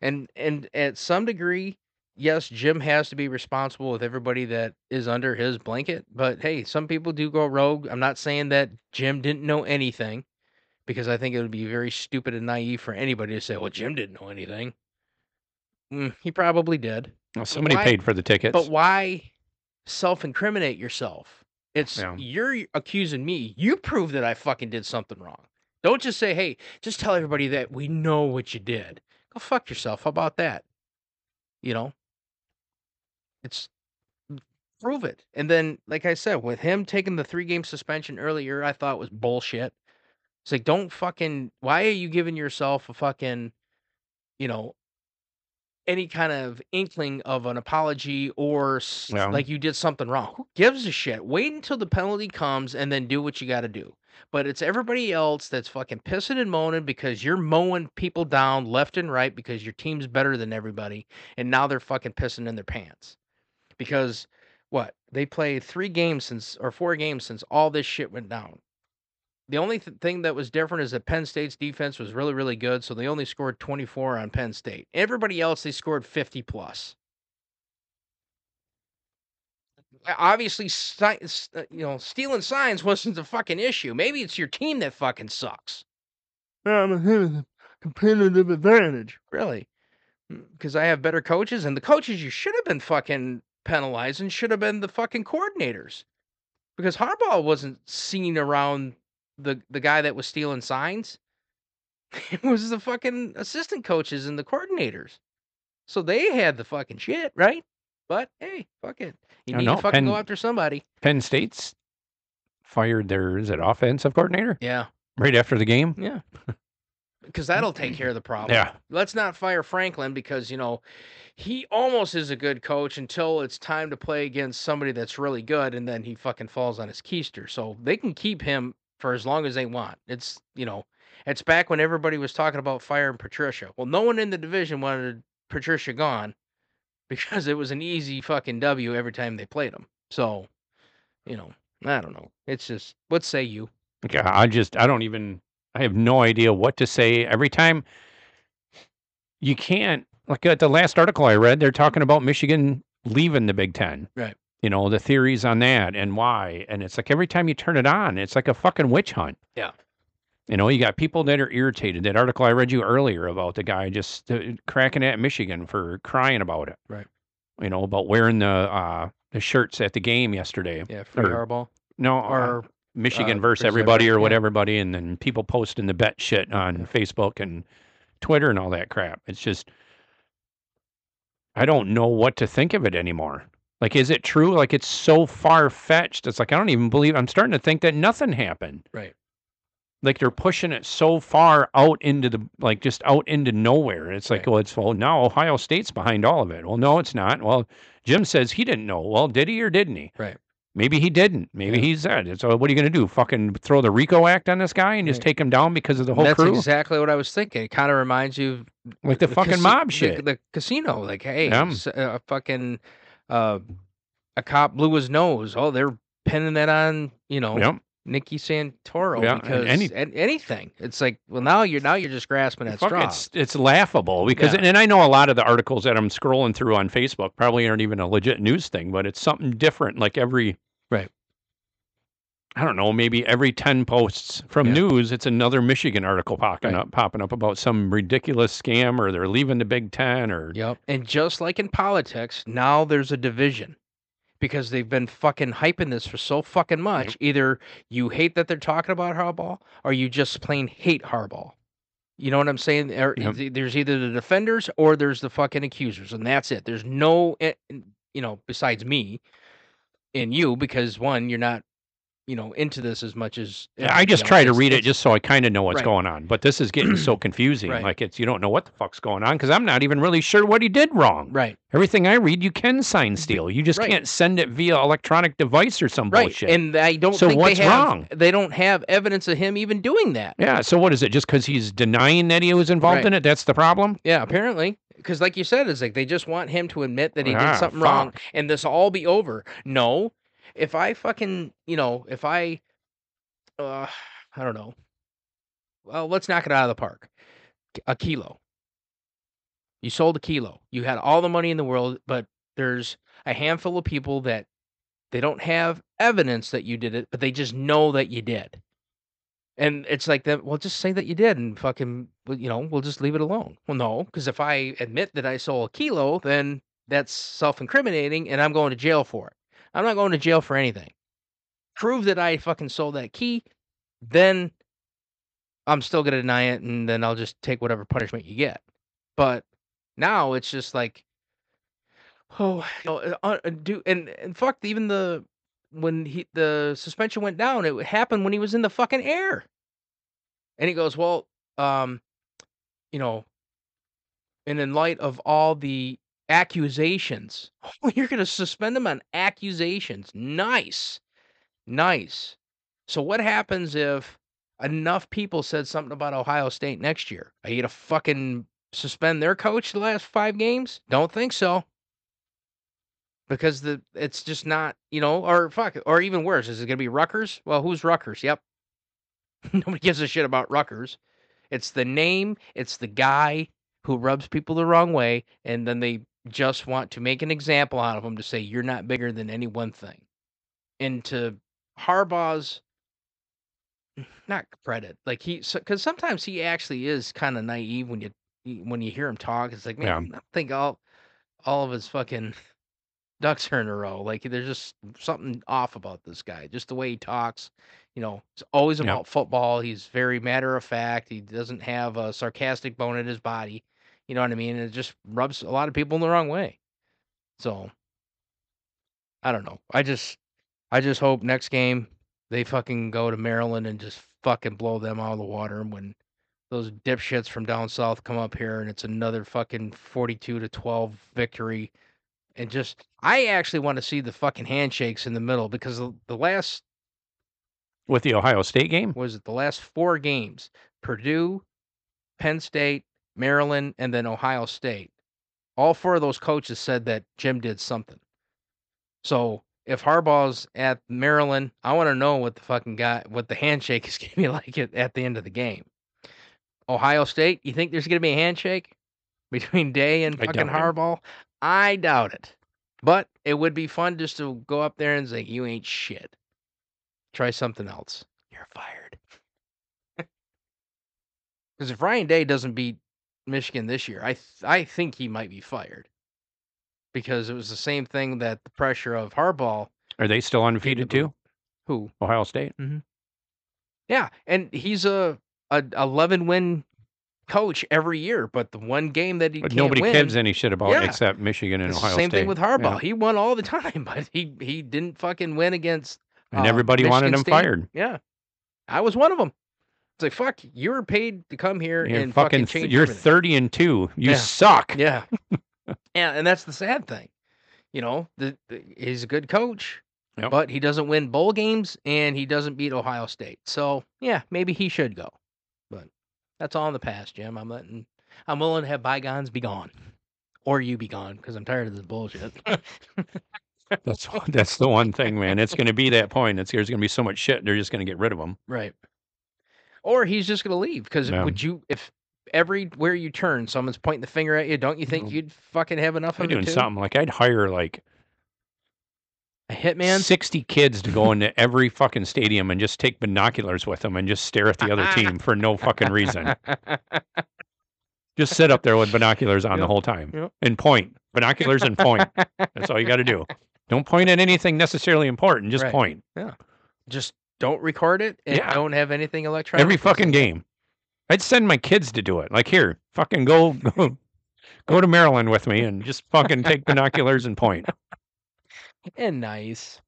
And and at some degree, yes, Jim has to be responsible with everybody that is under his blanket. But hey, some people do go rogue. I'm not saying that Jim didn't know anything, because I think it would be very stupid and naive for anybody to say, "Well, Jim didn't know anything." Mm, he probably did.
Well, somebody
why-
paid for the tickets.
But why self-incriminate yourself? It's
Yeah.
you're accusing me. You prove that I fucking did something wrong. Don't just say, "Hey, just tell everybody that we know what you did." Go fuck yourself. How about that? You know, it's prove it. And then, like I said, with him taking the three-game suspension earlier, I thought was bullshit. It's like, don't fucking. Why are you giving yourself a fucking, you know, any kind of inkling of an apology or s-
Yeah.
like you did something wrong? Who gives a shit? Wait until the penalty comes and then do what you got to do. But it's everybody else that's fucking pissing and moaning because you're mowing people down left and right because your team's better than everybody, and now they're fucking pissing in their pants because what they played three games since or four games since all this shit went down. The only th- thing that was different is that Penn State's defense was really, really good. So they only scored 24 on Penn State. Everybody else, they scored 50 plus. O- Obviously, si- s- uh, you know, stealing signs [laughs] wasn't the fucking issue. Maybe it's your team that fucking sucks.
I'm having a competitive advantage.
Really? Because I have better coaches, and the coaches you should have been fucking penalizing should have been the fucking coordinators. Because Harbaugh wasn't seen around the the guy that was stealing signs. [laughs] It was the fucking assistant coaches and the coordinators. So they had the fucking shit, right? But hey, fuck it. You
I
need
know,
to fucking go
Penn-
after somebody.
Penn State's fired their is it offensive coordinator
Yeah.
right after the game?
Yeah. Because
[clears throat]
that'll take care of the problem.
Yeah,
Let's not fire Franklin because, you know, he almost is a good coach until it's time to play against somebody that's really good and then he fucking falls on his keister. So they can keep him for as long as they want. It's, you know, it's back when everybody was talking about firing Patricia. Well, no one in the division wanted Patricia gone [laughs] because it was an easy fucking W every time they played him. So, you know, I don't know. It's just, what say you?
yeah. I just I don't even I have no idea what to say every time. You can't like at the last article I read, they're talking about Michigan leaving the Big Ten.
Right.
You know the theories on that and why, and it's like every time you turn it on, it's like a fucking witch hunt.
Yeah.
You know, you got people that are irritated. That article I read you earlier about the guy just uh, cracking at Michigan for crying about it.
Right.
You know about wearing the uh, the shirts at the game yesterday.
Yeah, free
Or-
Harbaugh.
No, or
Or
Michigan
uh,
versus
versus
everybody or
everybody,
what
yeah.
everybody, and then people posting the bet shit on Facebook and Twitter and all that crap. It's just, I don't know what to think of it anymore. Like, is it true? Like, it's so far fetched. It's like, I don't even believe, I'm starting to think that nothing happened.
Right.
Like, they're pushing it so far out into the, like, just out into nowhere. It's like,
Right.
well, it's, well, now Ohio State's behind all of it. Well, no, it's not. Well, Jim says he didn't know. Well, did he or didn't he?
Right.
Maybe he didn't. Maybe
Yeah.
he said. So uh, what are you going to do? Fucking throw the RICO Act on this guy and just
Right.
take him down because of the whole
That's
crew?
exactly what I was thinking. It kind of reminds you of [laughs]
like the, fucking
casi-
mob
the-
shit.
The, casino, like, hey,
Yeah.
s- uh, a fucking uh, a cop blew his nose. Oh, they're pinning that on you know
Yep.
Nikki Santoro
Yeah, and
because
any-
and anything. It's like, well, now you're now you're just grasping at
Fuck,
straws.
it's it's laughable because
Yeah.
and I know a lot of the articles that I'm scrolling through on Facebook probably aren't even a legit news thing, but it's something different. Like every
Right.
I don't know, maybe every ten posts from
Yeah.
news, it's another Michigan article popping
Right.
up, popping up about some ridiculous scam or they're leaving the Big Ten or
Yep. And just like in politics, now there's a division because they've been fucking hyping this for so fucking much. Either you hate that they're talking about Harbaugh or you just plain hate Harbaugh. You know what I'm saying? Or
Yep.
th- There's either the defenders or there's the fucking accusers, and that's it. There's no, eh, you know, besides me and you, because one, you're not, you know, into this as much as
Yeah, I just
everybody
try to
else.
read it
It's-
just so I kind of know what's
Right.
going on. But this is
[clears throat]
getting so confusing.
Right.
Like it's you don't know what the fuck's going on because I'm not even really sure what he did wrong.
right.
Everything I read, you can sign steal. You just
Mm-hmm. right.
can't send it via electronic device or some
Right.
bullshit.
And I don't
So
think
what's
they have,
wrong?
They don't have evidence of him even doing that.
yeah. So what is it? Just because he's denying that he was involved
Right.
in it, that's the problem.
Yeah, apparently. Because, like you said, it's like they just want him to admit that he
Ah,
did something wrong
fuck.
and this will all be over. No, if I fucking, you know, if I, uh, I don't know. Well, let's knock it out of the park. K- A kilo. You sold a kilo. You had all the money in the world, but there's a handful of people that they don't have evidence that you did it, but they just know that you did. And it's like that. Well, just say that you did, and fucking, well, you know, we'll just leave it alone. Well, no, because if I admit that I sold a kilo, then that's self-incriminating, and I'm going to jail for it. I'm not going to jail for anything. Prove that I fucking sold that key, then I'm still gonna deny it, and then I'll just take whatever punishment you get. But now it's just like, oh, [sighs] you know, uh, uh, uh, do and and fuck even the when he the suspension went down, it happened when he was in the fucking air. And he goes, Well, um, you know, and in light of all the accusations, [laughs] oh, you're gonna suspend him on accusations. Nice. Nice. So what happens if enough people said something about Ohio State next year? Are you gonna fucking suspend their coach the last five games? Don't think so because the it's just not you know or fuck or even worse is it going to be Rutgers? Well, who's Rutgers? Yep, [laughs] nobody gives a shit about Rutgers. It's the name. It's the guy who rubs people the wrong way, and then they just want to make an example out of him to say you're not bigger than any one thing, and to Harbaugh's [sighs] not credit like he because sometimes he actually is kind of naive when you when you hear him talk. It's like man,
Yeah.
I think all all of his fucking [laughs] ducks are in a row. Like there's just something off about this guy, just the way he talks. You know, it's always
Yep.
about football. He's very matter of fact. He doesn't have a sarcastic bone in his body. You know what I mean? And it just rubs a lot of people in the wrong way. So I don't know. I just I just hope next game They fucking go to Maryland and just fucking blow them out of the water when those dipshits from down south come up here and it's another fucking 42 to 12 victory and just I actually want to see the fucking handshakes in the middle because the, the last
with the Ohio State game.
was it the last four games Purdue, Penn State, Maryland, and then Ohio State. All four of those coaches said that Jim did something. So if Harbaugh's at Maryland, I want to know what the fucking guy, what the handshake [laughs] is going to be like at, at the end of the game. Ohio State, you think there's going to be a handshake between Day and
I
fucking
doubt it.
Harbaugh? I doubt it. But it would be fun just to go up there and say, you ain't shit. Try something else. You're fired. [laughs] Because if Ryan Day doesn't beat Michigan this year, I th- I think he might be fired. Because it was the same thing that the pressure of Harbaugh,
Are they still undefeated too?
who
Ohio State.
yeah, and he's a a eleven win coach every year, but the one game that he
But
can't
nobody
win,
cares any shit about
Yeah.
except Michigan and
it's the
Ohio
same
State.
thing with Harbaugh. He won all the [laughs] time, but he he didn't fucking win against
Yeah. And
uh,
everybody wanted
Michigan
him
State.
fired.
Yeah, I was one of them. It's like fuck, you were paid to come here
You're
and fucking,
fucking, th-
change.
you're
everything.
30 and 2. You
Yeah. [laughs]
suck.
Yeah. yeah, and that's the sad thing. You know, the, the- he's a good coach,
Yep.
but he doesn't win bowl games and he doesn't beat Ohio State. So, yeah, maybe he should go. But that's all in the past, Jim. I'm letting I'm willing to have bygones be gone. Or you be gone because I'm tired of this
[laughs]
bullshit.
That's [laughs] that's the one thing, man. It's going to be that point. It's there's going to be so much shit. They're just going to get rid of them.
right. Or he's just going to leave because
Yeah.
would you if everywhere you turn someone's pointing the finger at you, don't you think
No.
you'd fucking have enough
They're
of it
doing
too?
something like I'd hire like
A hitman?
60 kids to go into every fucking stadium and just take binoculars with them and just stare
[laughs]
at the other team for no fucking reason. Just sit up there with binoculars on the
Yep,
whole time
yep.
and point. Binoculars and point. That's all you got to do. Don't point at anything necessarily important. Just
Right.
point.
just don't record it and
Yeah.
don't have anything electronic.
Every
It's like,
fucking game. I'd send my kids to do it. Like here, fucking go go go to Maryland with me and just fucking take binoculars and point.
And nice.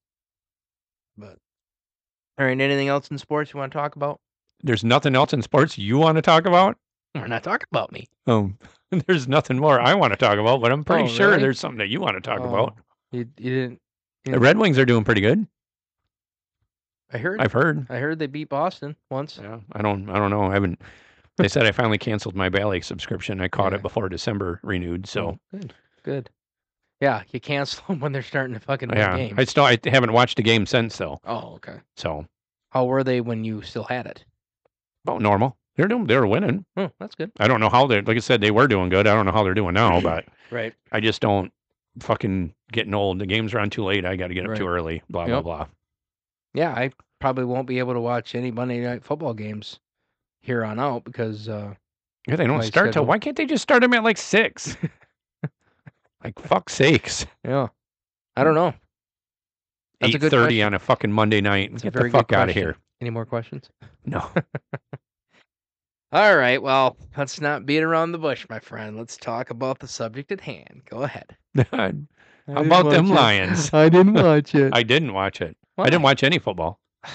But all right, anything else in sports you want to talk about?
There's nothing else in sports you want to talk about?
We're not talking about me.
Um, [laughs] there's nothing more I want to talk about, but I'm pretty
Oh,
sure
really?
there's something that you want to talk
Oh,
about.
You, you didn't. you
The
didn't-
Red Wings are doing pretty good.
I heard. i
I've heard.
heard they beat Boston once.
Yeah, I don't. I don't know. I haven't. They said I finally canceled my ballet subscription. I caught
Yeah.
it before December renewed.
Oh,
So
good, good. Yeah, you cancel [laughs] them when they're starting to fucking win
yeah,
games.
I still I haven't watched a game since though.
Oh, okay.
So
How were they when you still had it?
about normal. They're doing. They're winning.
Oh, that's good.
I don't know how they're. Like I said, they were doing good. I don't know how they're doing
[clears throat]
now, but
Right.
I just don't fucking getting old. The games are on too late. I got to get up too early. Blah
Yep.
blah blah.
Yeah, I probably won't be able to watch any Monday night football games here on out because uh,
Yeah, they don't
My
start till.
schedule.
Why can't they just start them at like six? [laughs] like fuck sakes.
yeah, I don't know. That's a
Eight
good
thirty
question.
on a fucking Monday night.
That's a
get
very good
the fuck out of
question.
here.
Any more questions?
No.
[laughs] All right. Well, let's not beat around the bush, my friend. Let's talk about the subject at hand. Go ahead.
How
I didn't
about them
watch it.
Lions?
[laughs]
[laughs]
I didn't watch it.
I didn't watch it. I didn't
Why?
watch any football.
[sighs]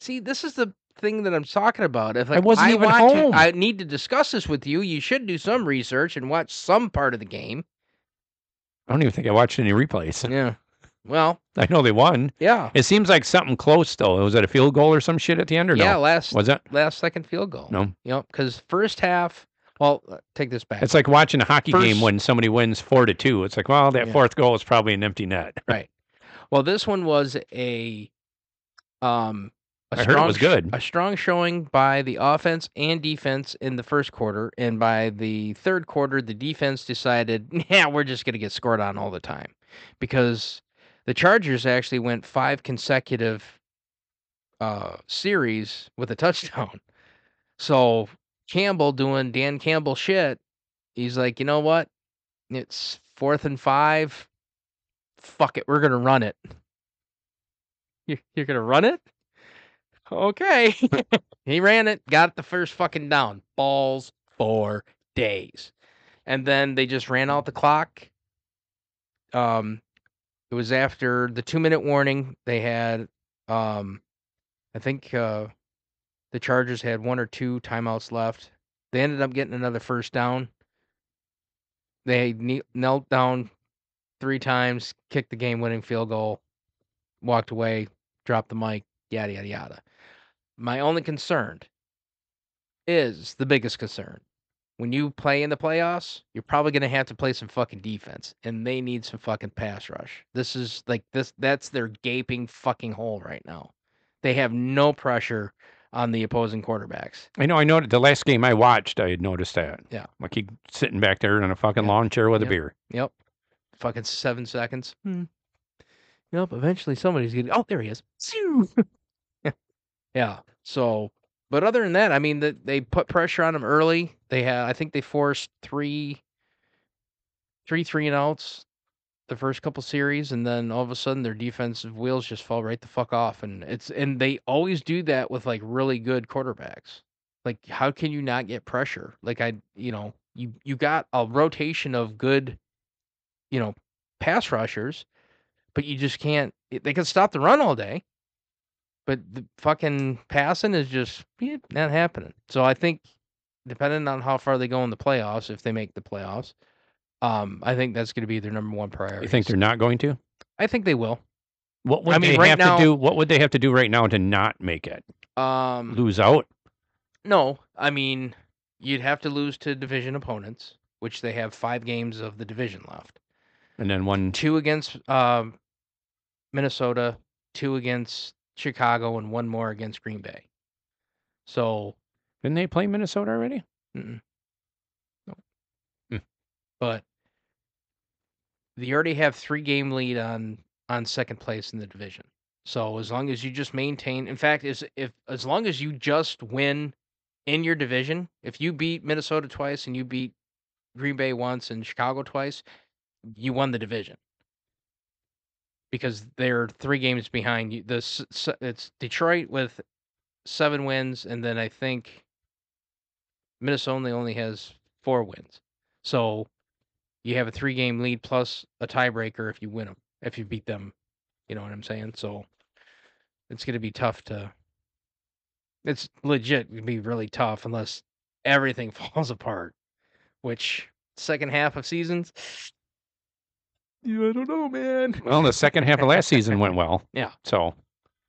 See, this is the thing that I'm talking about. If like,
wasn't even
watch it-
home.
I need to discuss this with you. You should do some research and watch some part of the game.
I don't even think I watched any replays.
Yeah. Well,
I know they won.
yeah.
It seems like something close though. Was it a field goal or some shit at the end or
Yeah,
no?
last
Was that?
last second field goal.
No.
Yep, cuz first half, well, uh, take this back.
It's like watching a hockey game
First-
when somebody wins four to two. It's like, well, that
Yeah.
fourth goal is probably an empty net.
Well, this one was a um a
I heard it was
sh-
good.
A strong showing by the offense and defense in the first quarter, and by the third quarter, the defense decided, [laughs] yeah, we're just gonna get scored on all the time. Because the Chargers actually went five consecutive uh series with a touchdown. So Campbell doing Dan Campbell shit, he's like, you know what? It's fourth and five. Fuck it, we're gonna run it. You're, you're gonna run it? Okay. [laughs] he ran it, got the first fucking down. Balls for days. And then they just ran out the clock. Um, it was after the two minute warning. They had Um, I think uh, the Chargers had one or two timeouts left. They ended up getting another first down. They kne- knelt down three times, kicked the game-winning field goal, walked away, dropped the mic, yada yada yada. My only concern is the biggest concern. When you play in the playoffs, you're probably going to have to play some fucking defense, and they need some fucking pass rush. This is like this. That's their gaping fucking hole right now. They have no pressure on the opposing quarterbacks.
I know. I know. The last game I watched, I had noticed that.
Yeah.
Like he sitting back there in a fucking
Yeah.
lawn chair with
Yeah.
a beer.
Yep. Fucking seven seconds. Hmm. Yep. Eventually somebody's gonna. Oh, there he is. Phew. yeah. So, but other than that, I mean, the, they put pressure on him early. They had, I think, they forced three, three three and outs, the first couple series, and then all of a sudden their defensive wheels just fall right the fuck off. And it's and they always do that with like really good quarterbacks. Like, how can you not get pressure? Like, I, you know, you you got a rotation of good you know, pass rushers, but you just can't. it- They can stop the run all day, but the fucking passing is just eh, not happening. So I think, depending on how far they go in the playoffs, if they make the playoffs, um, I think that's going to be their number one priority.
You think they're not going to?
I think they will.
What would
I mean,
they
right
have
now-
to do? What would they have to do right now to not make it?
Um,
Lose out?
No, I mean you'd have to lose to division opponents, which they have five games of the division left.
And then one.
two against um, Minnesota, two against Chicago, and one more against Green Bay. So,
Didn't they play Minnesota already?
mm-mm. no.
Hmm.
But they already have three game lead on on second place in the division. So as long as you just maintain, in fact, is if as long as you just win in your division, if you beat Minnesota twice and you beat Green Bay once and Chicago twice, you won the division because they're three games behind you. The s- s- it's Detroit with seven wins, and then I think Minnesota only- only has four wins. So you have a three game lead plus a tiebreaker if you win them, if you beat them. You know what I'm saying? So it's going to be tough to. It's legit going to be really tough unless everything [laughs] falls apart, which second half of seasons. Yeah, I don't know, man.
Well, the second half of last season went well.
[laughs] Yeah.
So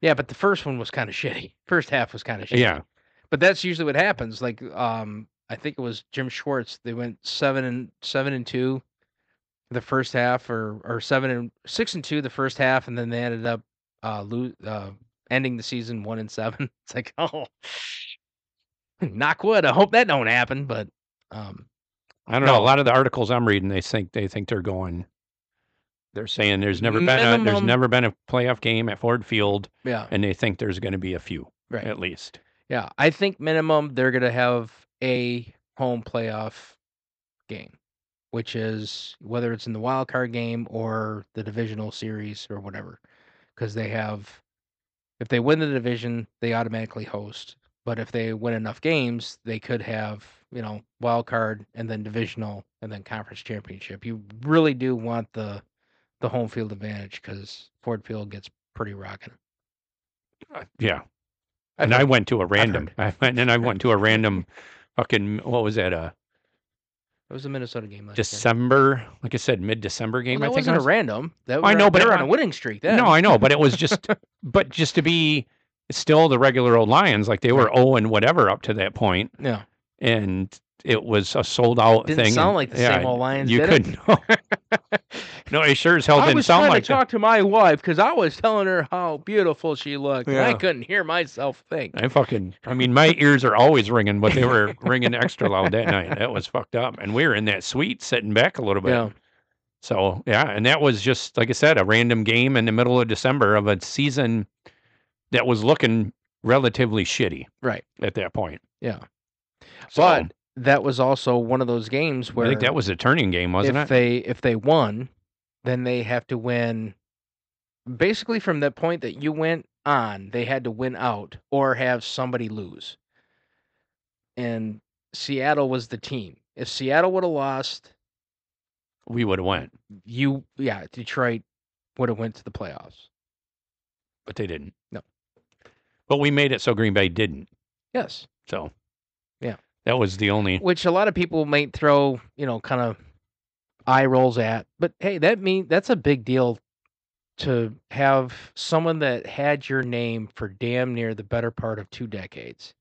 Yeah, but the first one was kind of shitty. [laughs] First half was kind of shitty.
yeah,
but that's usually what happens. Like, um, I think it was Jim Schwartz. They went seven and seven and two, the first half, or or seven and six and two the first half, and then they ended up uh, lo- uh ending the season one and seven. [laughs] It's like, oh, knock wood. I hope that don't happen. But um,
I don't know.
No.
A lot of the articles I'm reading, they think they think they're going. They're saying there's never been a, there's
Minimum-
never been a playoff game at Ford Field,
yeah,
and they think there's going to be a few
right.
at least.
Yeah, I think minimum they're going to have a home playoff game, which is whether it's in the wild card game or the divisional series or whatever, because they have. If they win the division, they automatically host. But if they win enough games, they could have, you know, wild card and then divisional and then conference championship. You really do want the the home field advantage because Ford Field gets pretty rocking.
Uh, Yeah, and I went to a random. I went and I went to a random, fucking what was that? Uh,
It was a Minnesota game last year.
December, like I said, mid December game.
Well,
I
that
think it
wasn't
was.
a random. That
I
were-
know, but
they were
it-
on a winning streak. Then.
No, I know, but
[laughs]
it was just, but just to be still the regular old Lions, like they were zero and whatever up to that point,
yeah,
and it was a sold out
didn't
thing.
sound
and-
like the
yeah,
same old Lions.
You
did it?
couldn't. [laughs] no, it sure as hell
I
didn't
was
sound
trying
like.
to
that.
talk to my wife because I was telling her how beautiful she looked, and I
Yeah.
couldn't hear myself think.
I fucking. I mean, my ears are always ringing, but
[laughs]
they were ringing extra loud that night. That was fucked up, and we were in that suite sitting back a little bit.
Yeah,
So yeah, and that was just like I said, a random game in the middle of December of a season that was looking relatively shitty
right.
at that point.
Yeah.
So
But that was also one of those games where
I think that was a turning game, wasn't
if
it?
they if they won, then they have to win. Basically, from the point that you went on, they had to win out or have somebody lose. And Seattle was the team. If Seattle would have lost,
we would have went.
you yeah, Detroit would have went to the playoffs.
but they didn't.
No.
But we made it so Green Bay didn't.
Yes.
So,
Yeah.
that was the only.
Which a lot of people might throw, you know, kind of eye rolls at. But hey, that mean that's a big deal to have someone that had your name for damn near the better part of two decades.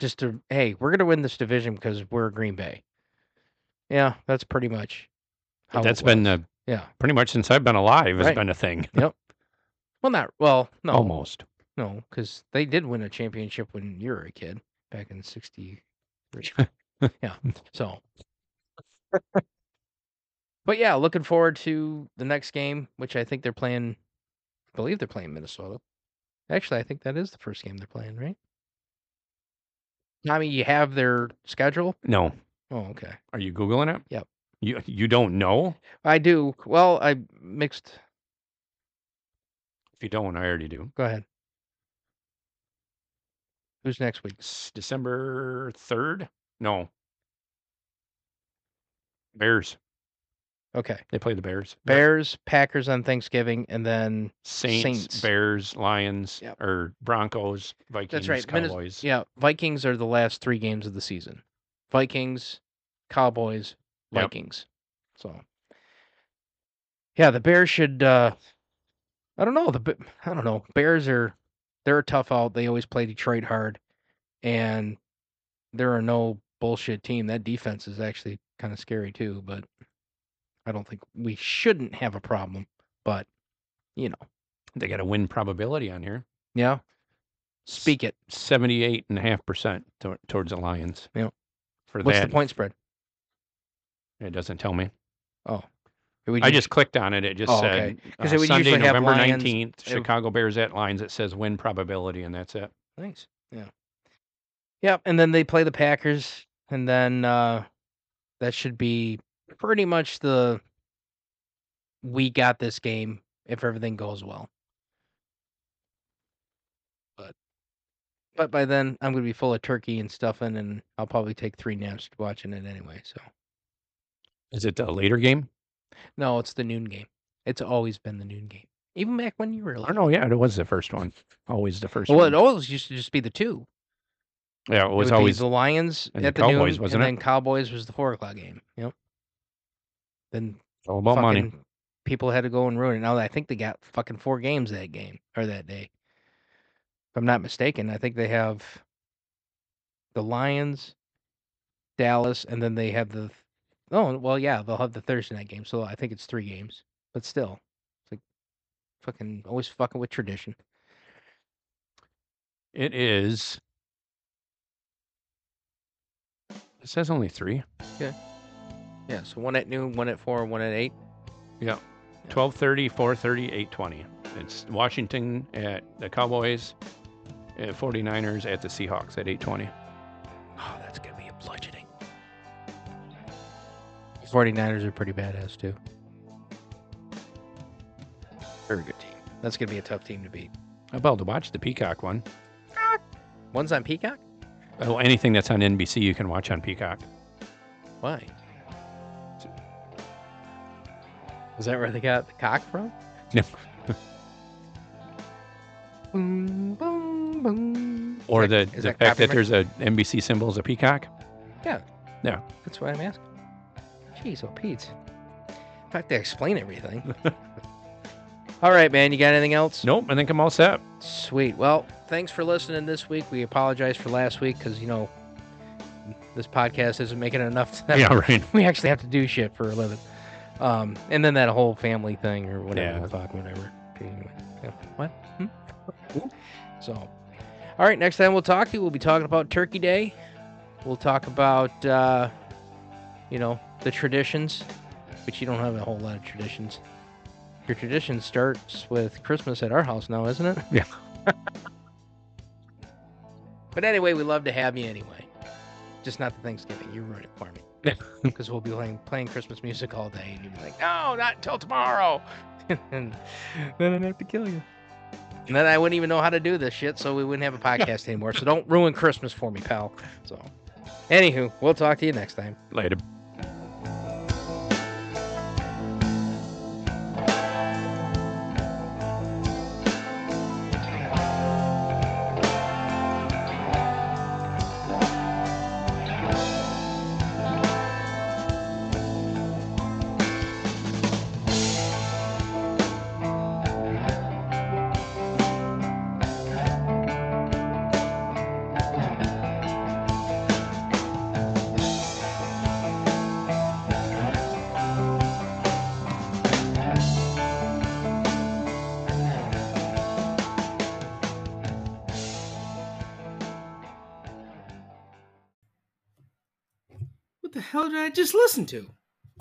Just to hey, we're gonna win this division because we're Green Bay. Yeah, that's pretty much how it
That's been
was.
the
yeah.
pretty much since I've been alive. Has
Right.
been a thing
Well, not well. No,
almost.
no, because they did win a championship when you were a kid back in '63. yeah, so. But yeah, looking forward to the next game, which I think they're playing. I believe they're playing Minnesota. Actually, I think that is the first game they're playing, right? Tommy, you have their schedule.
No,
Oh, okay.
are you googling it?
Yep.
You you don't know?
I do. Well, I mixed.
If you don't, I already do.
Go ahead. Who's next week?
It's December third. No. Bears.
Okay.
They play the Bears. Bears.
Bears, Packers on Thanksgiving, and then
Saints,
Saints.
Bears, Lions,
Yep.
or Broncos, Vikings,
right, Minnes-
Cowboys.
yeah, Vikings are the last three games of the season. Vikings, Cowboys,
Yep.
Vikings. So yeah, the Bears should. uh I don't know. The Be- I don't know. Bears are they're a tough out. They always play Detroit hard, and there are no bullshit team. That defense is actually kind of scary too. But I don't think we shouldn't have a problem. But you know,
They got a win probability on here.
yeah, speak it.
Seventy-eight and a half percent to- towards the Lions.
Yep.
For
What's
that,
the point spread?
it doesn't tell me.
Did we
I
do-
just clicked on it. It just
Oh, okay.
said
'Cause
uh,
it would
Sunday,
usually have
November
Lions-
nineteenth,
it would-
Chicago Bears at Lions. It says win probability, and that's it.
Nice. Yeah. Yep. And then they play the Packers, and then uh that should be pretty much the we got this game if everything goes well. But but by then I'm gonna be full of turkey and stuffing, and I'll probably take three naps watching it anyway. So
Is it a later game?
no, it's the noon game. It's always been the noon game, even back when you were.
I
little.
don't know. Yeah, it was the first one. Always the first.
Well,
one.
it always used to just be the two.
yeah, it was
would be
always
the Lions
and the
at the, noon,
Cowboys, wasn't
and
it?
then Cowboys was the four o'clock game. Yep. Then
all about money.
fucking people had to go and ruin it. Now I think they got fucking four games that game or that day. If I'm not mistaken, I think they have the Lions, Dallas, and then they have the oh well yeah they'll have the Thursday night game. So I think it's three games, but still, it's like fucking always fucking with tradition.
It is. It says only three.
Yeah. So one at noon, one at four, one at eight. Yeah.
1230, 430, 820. It's Washington at the Cowboys, at 49ers at the Seahawks at 820.
Oh, that's gonna be a bludgeoning. 49ers are pretty badass too. Very good team. That's gonna be a tough team to beat.
About to watch the Peacock one.
One's on Peacock?
Well, anything that's on NBC you can watch on Peacock.
Why? Is that where they got the cock from?
No.
[laughs] boom, boom, boom.
Or
Is
the,
that-
the
is
fact that
copyright?
there's a NBC symbol is a peacock.
That's what I'm asking. Jeez, oh Pete. I have to explain [laughs] everything. All right, man. You got anything else?
Nope, I think I'm all set.
Sweet. Well, thanks for listening this week. We apologize for last week because, you know, this podcast isn't making enough time.
[laughs] Yeah, right.
[laughs] We actually have to do shit for a living. Um, and then that whole family thing or whatever.
Yeah.
the Fuck, whatever. Anyway, yeah. What? Hmm? So, all right. Next time we'll talk to you, we'll be talking about Turkey Day. We'll talk about, uh, you know, the traditions, which you don't have a whole lot of traditions. Your tradition starts with Christmas at our house now, isn't it?
Yeah.
[laughs] but anyway, we love to have you anyway. Just not the Thanksgiving. You ruined it for me. [laughs] Because we'll be playing, playing Christmas music all day, and you'll be like, no, not until tomorrow. [laughs] and then I'd have to kill you. And then I wouldn't even know how to do this shit, so we wouldn't have a podcast anymore. So don't ruin Christmas for me, pal. So, anywho, we'll talk to you next time.
Later.
What the hell did I just listen to?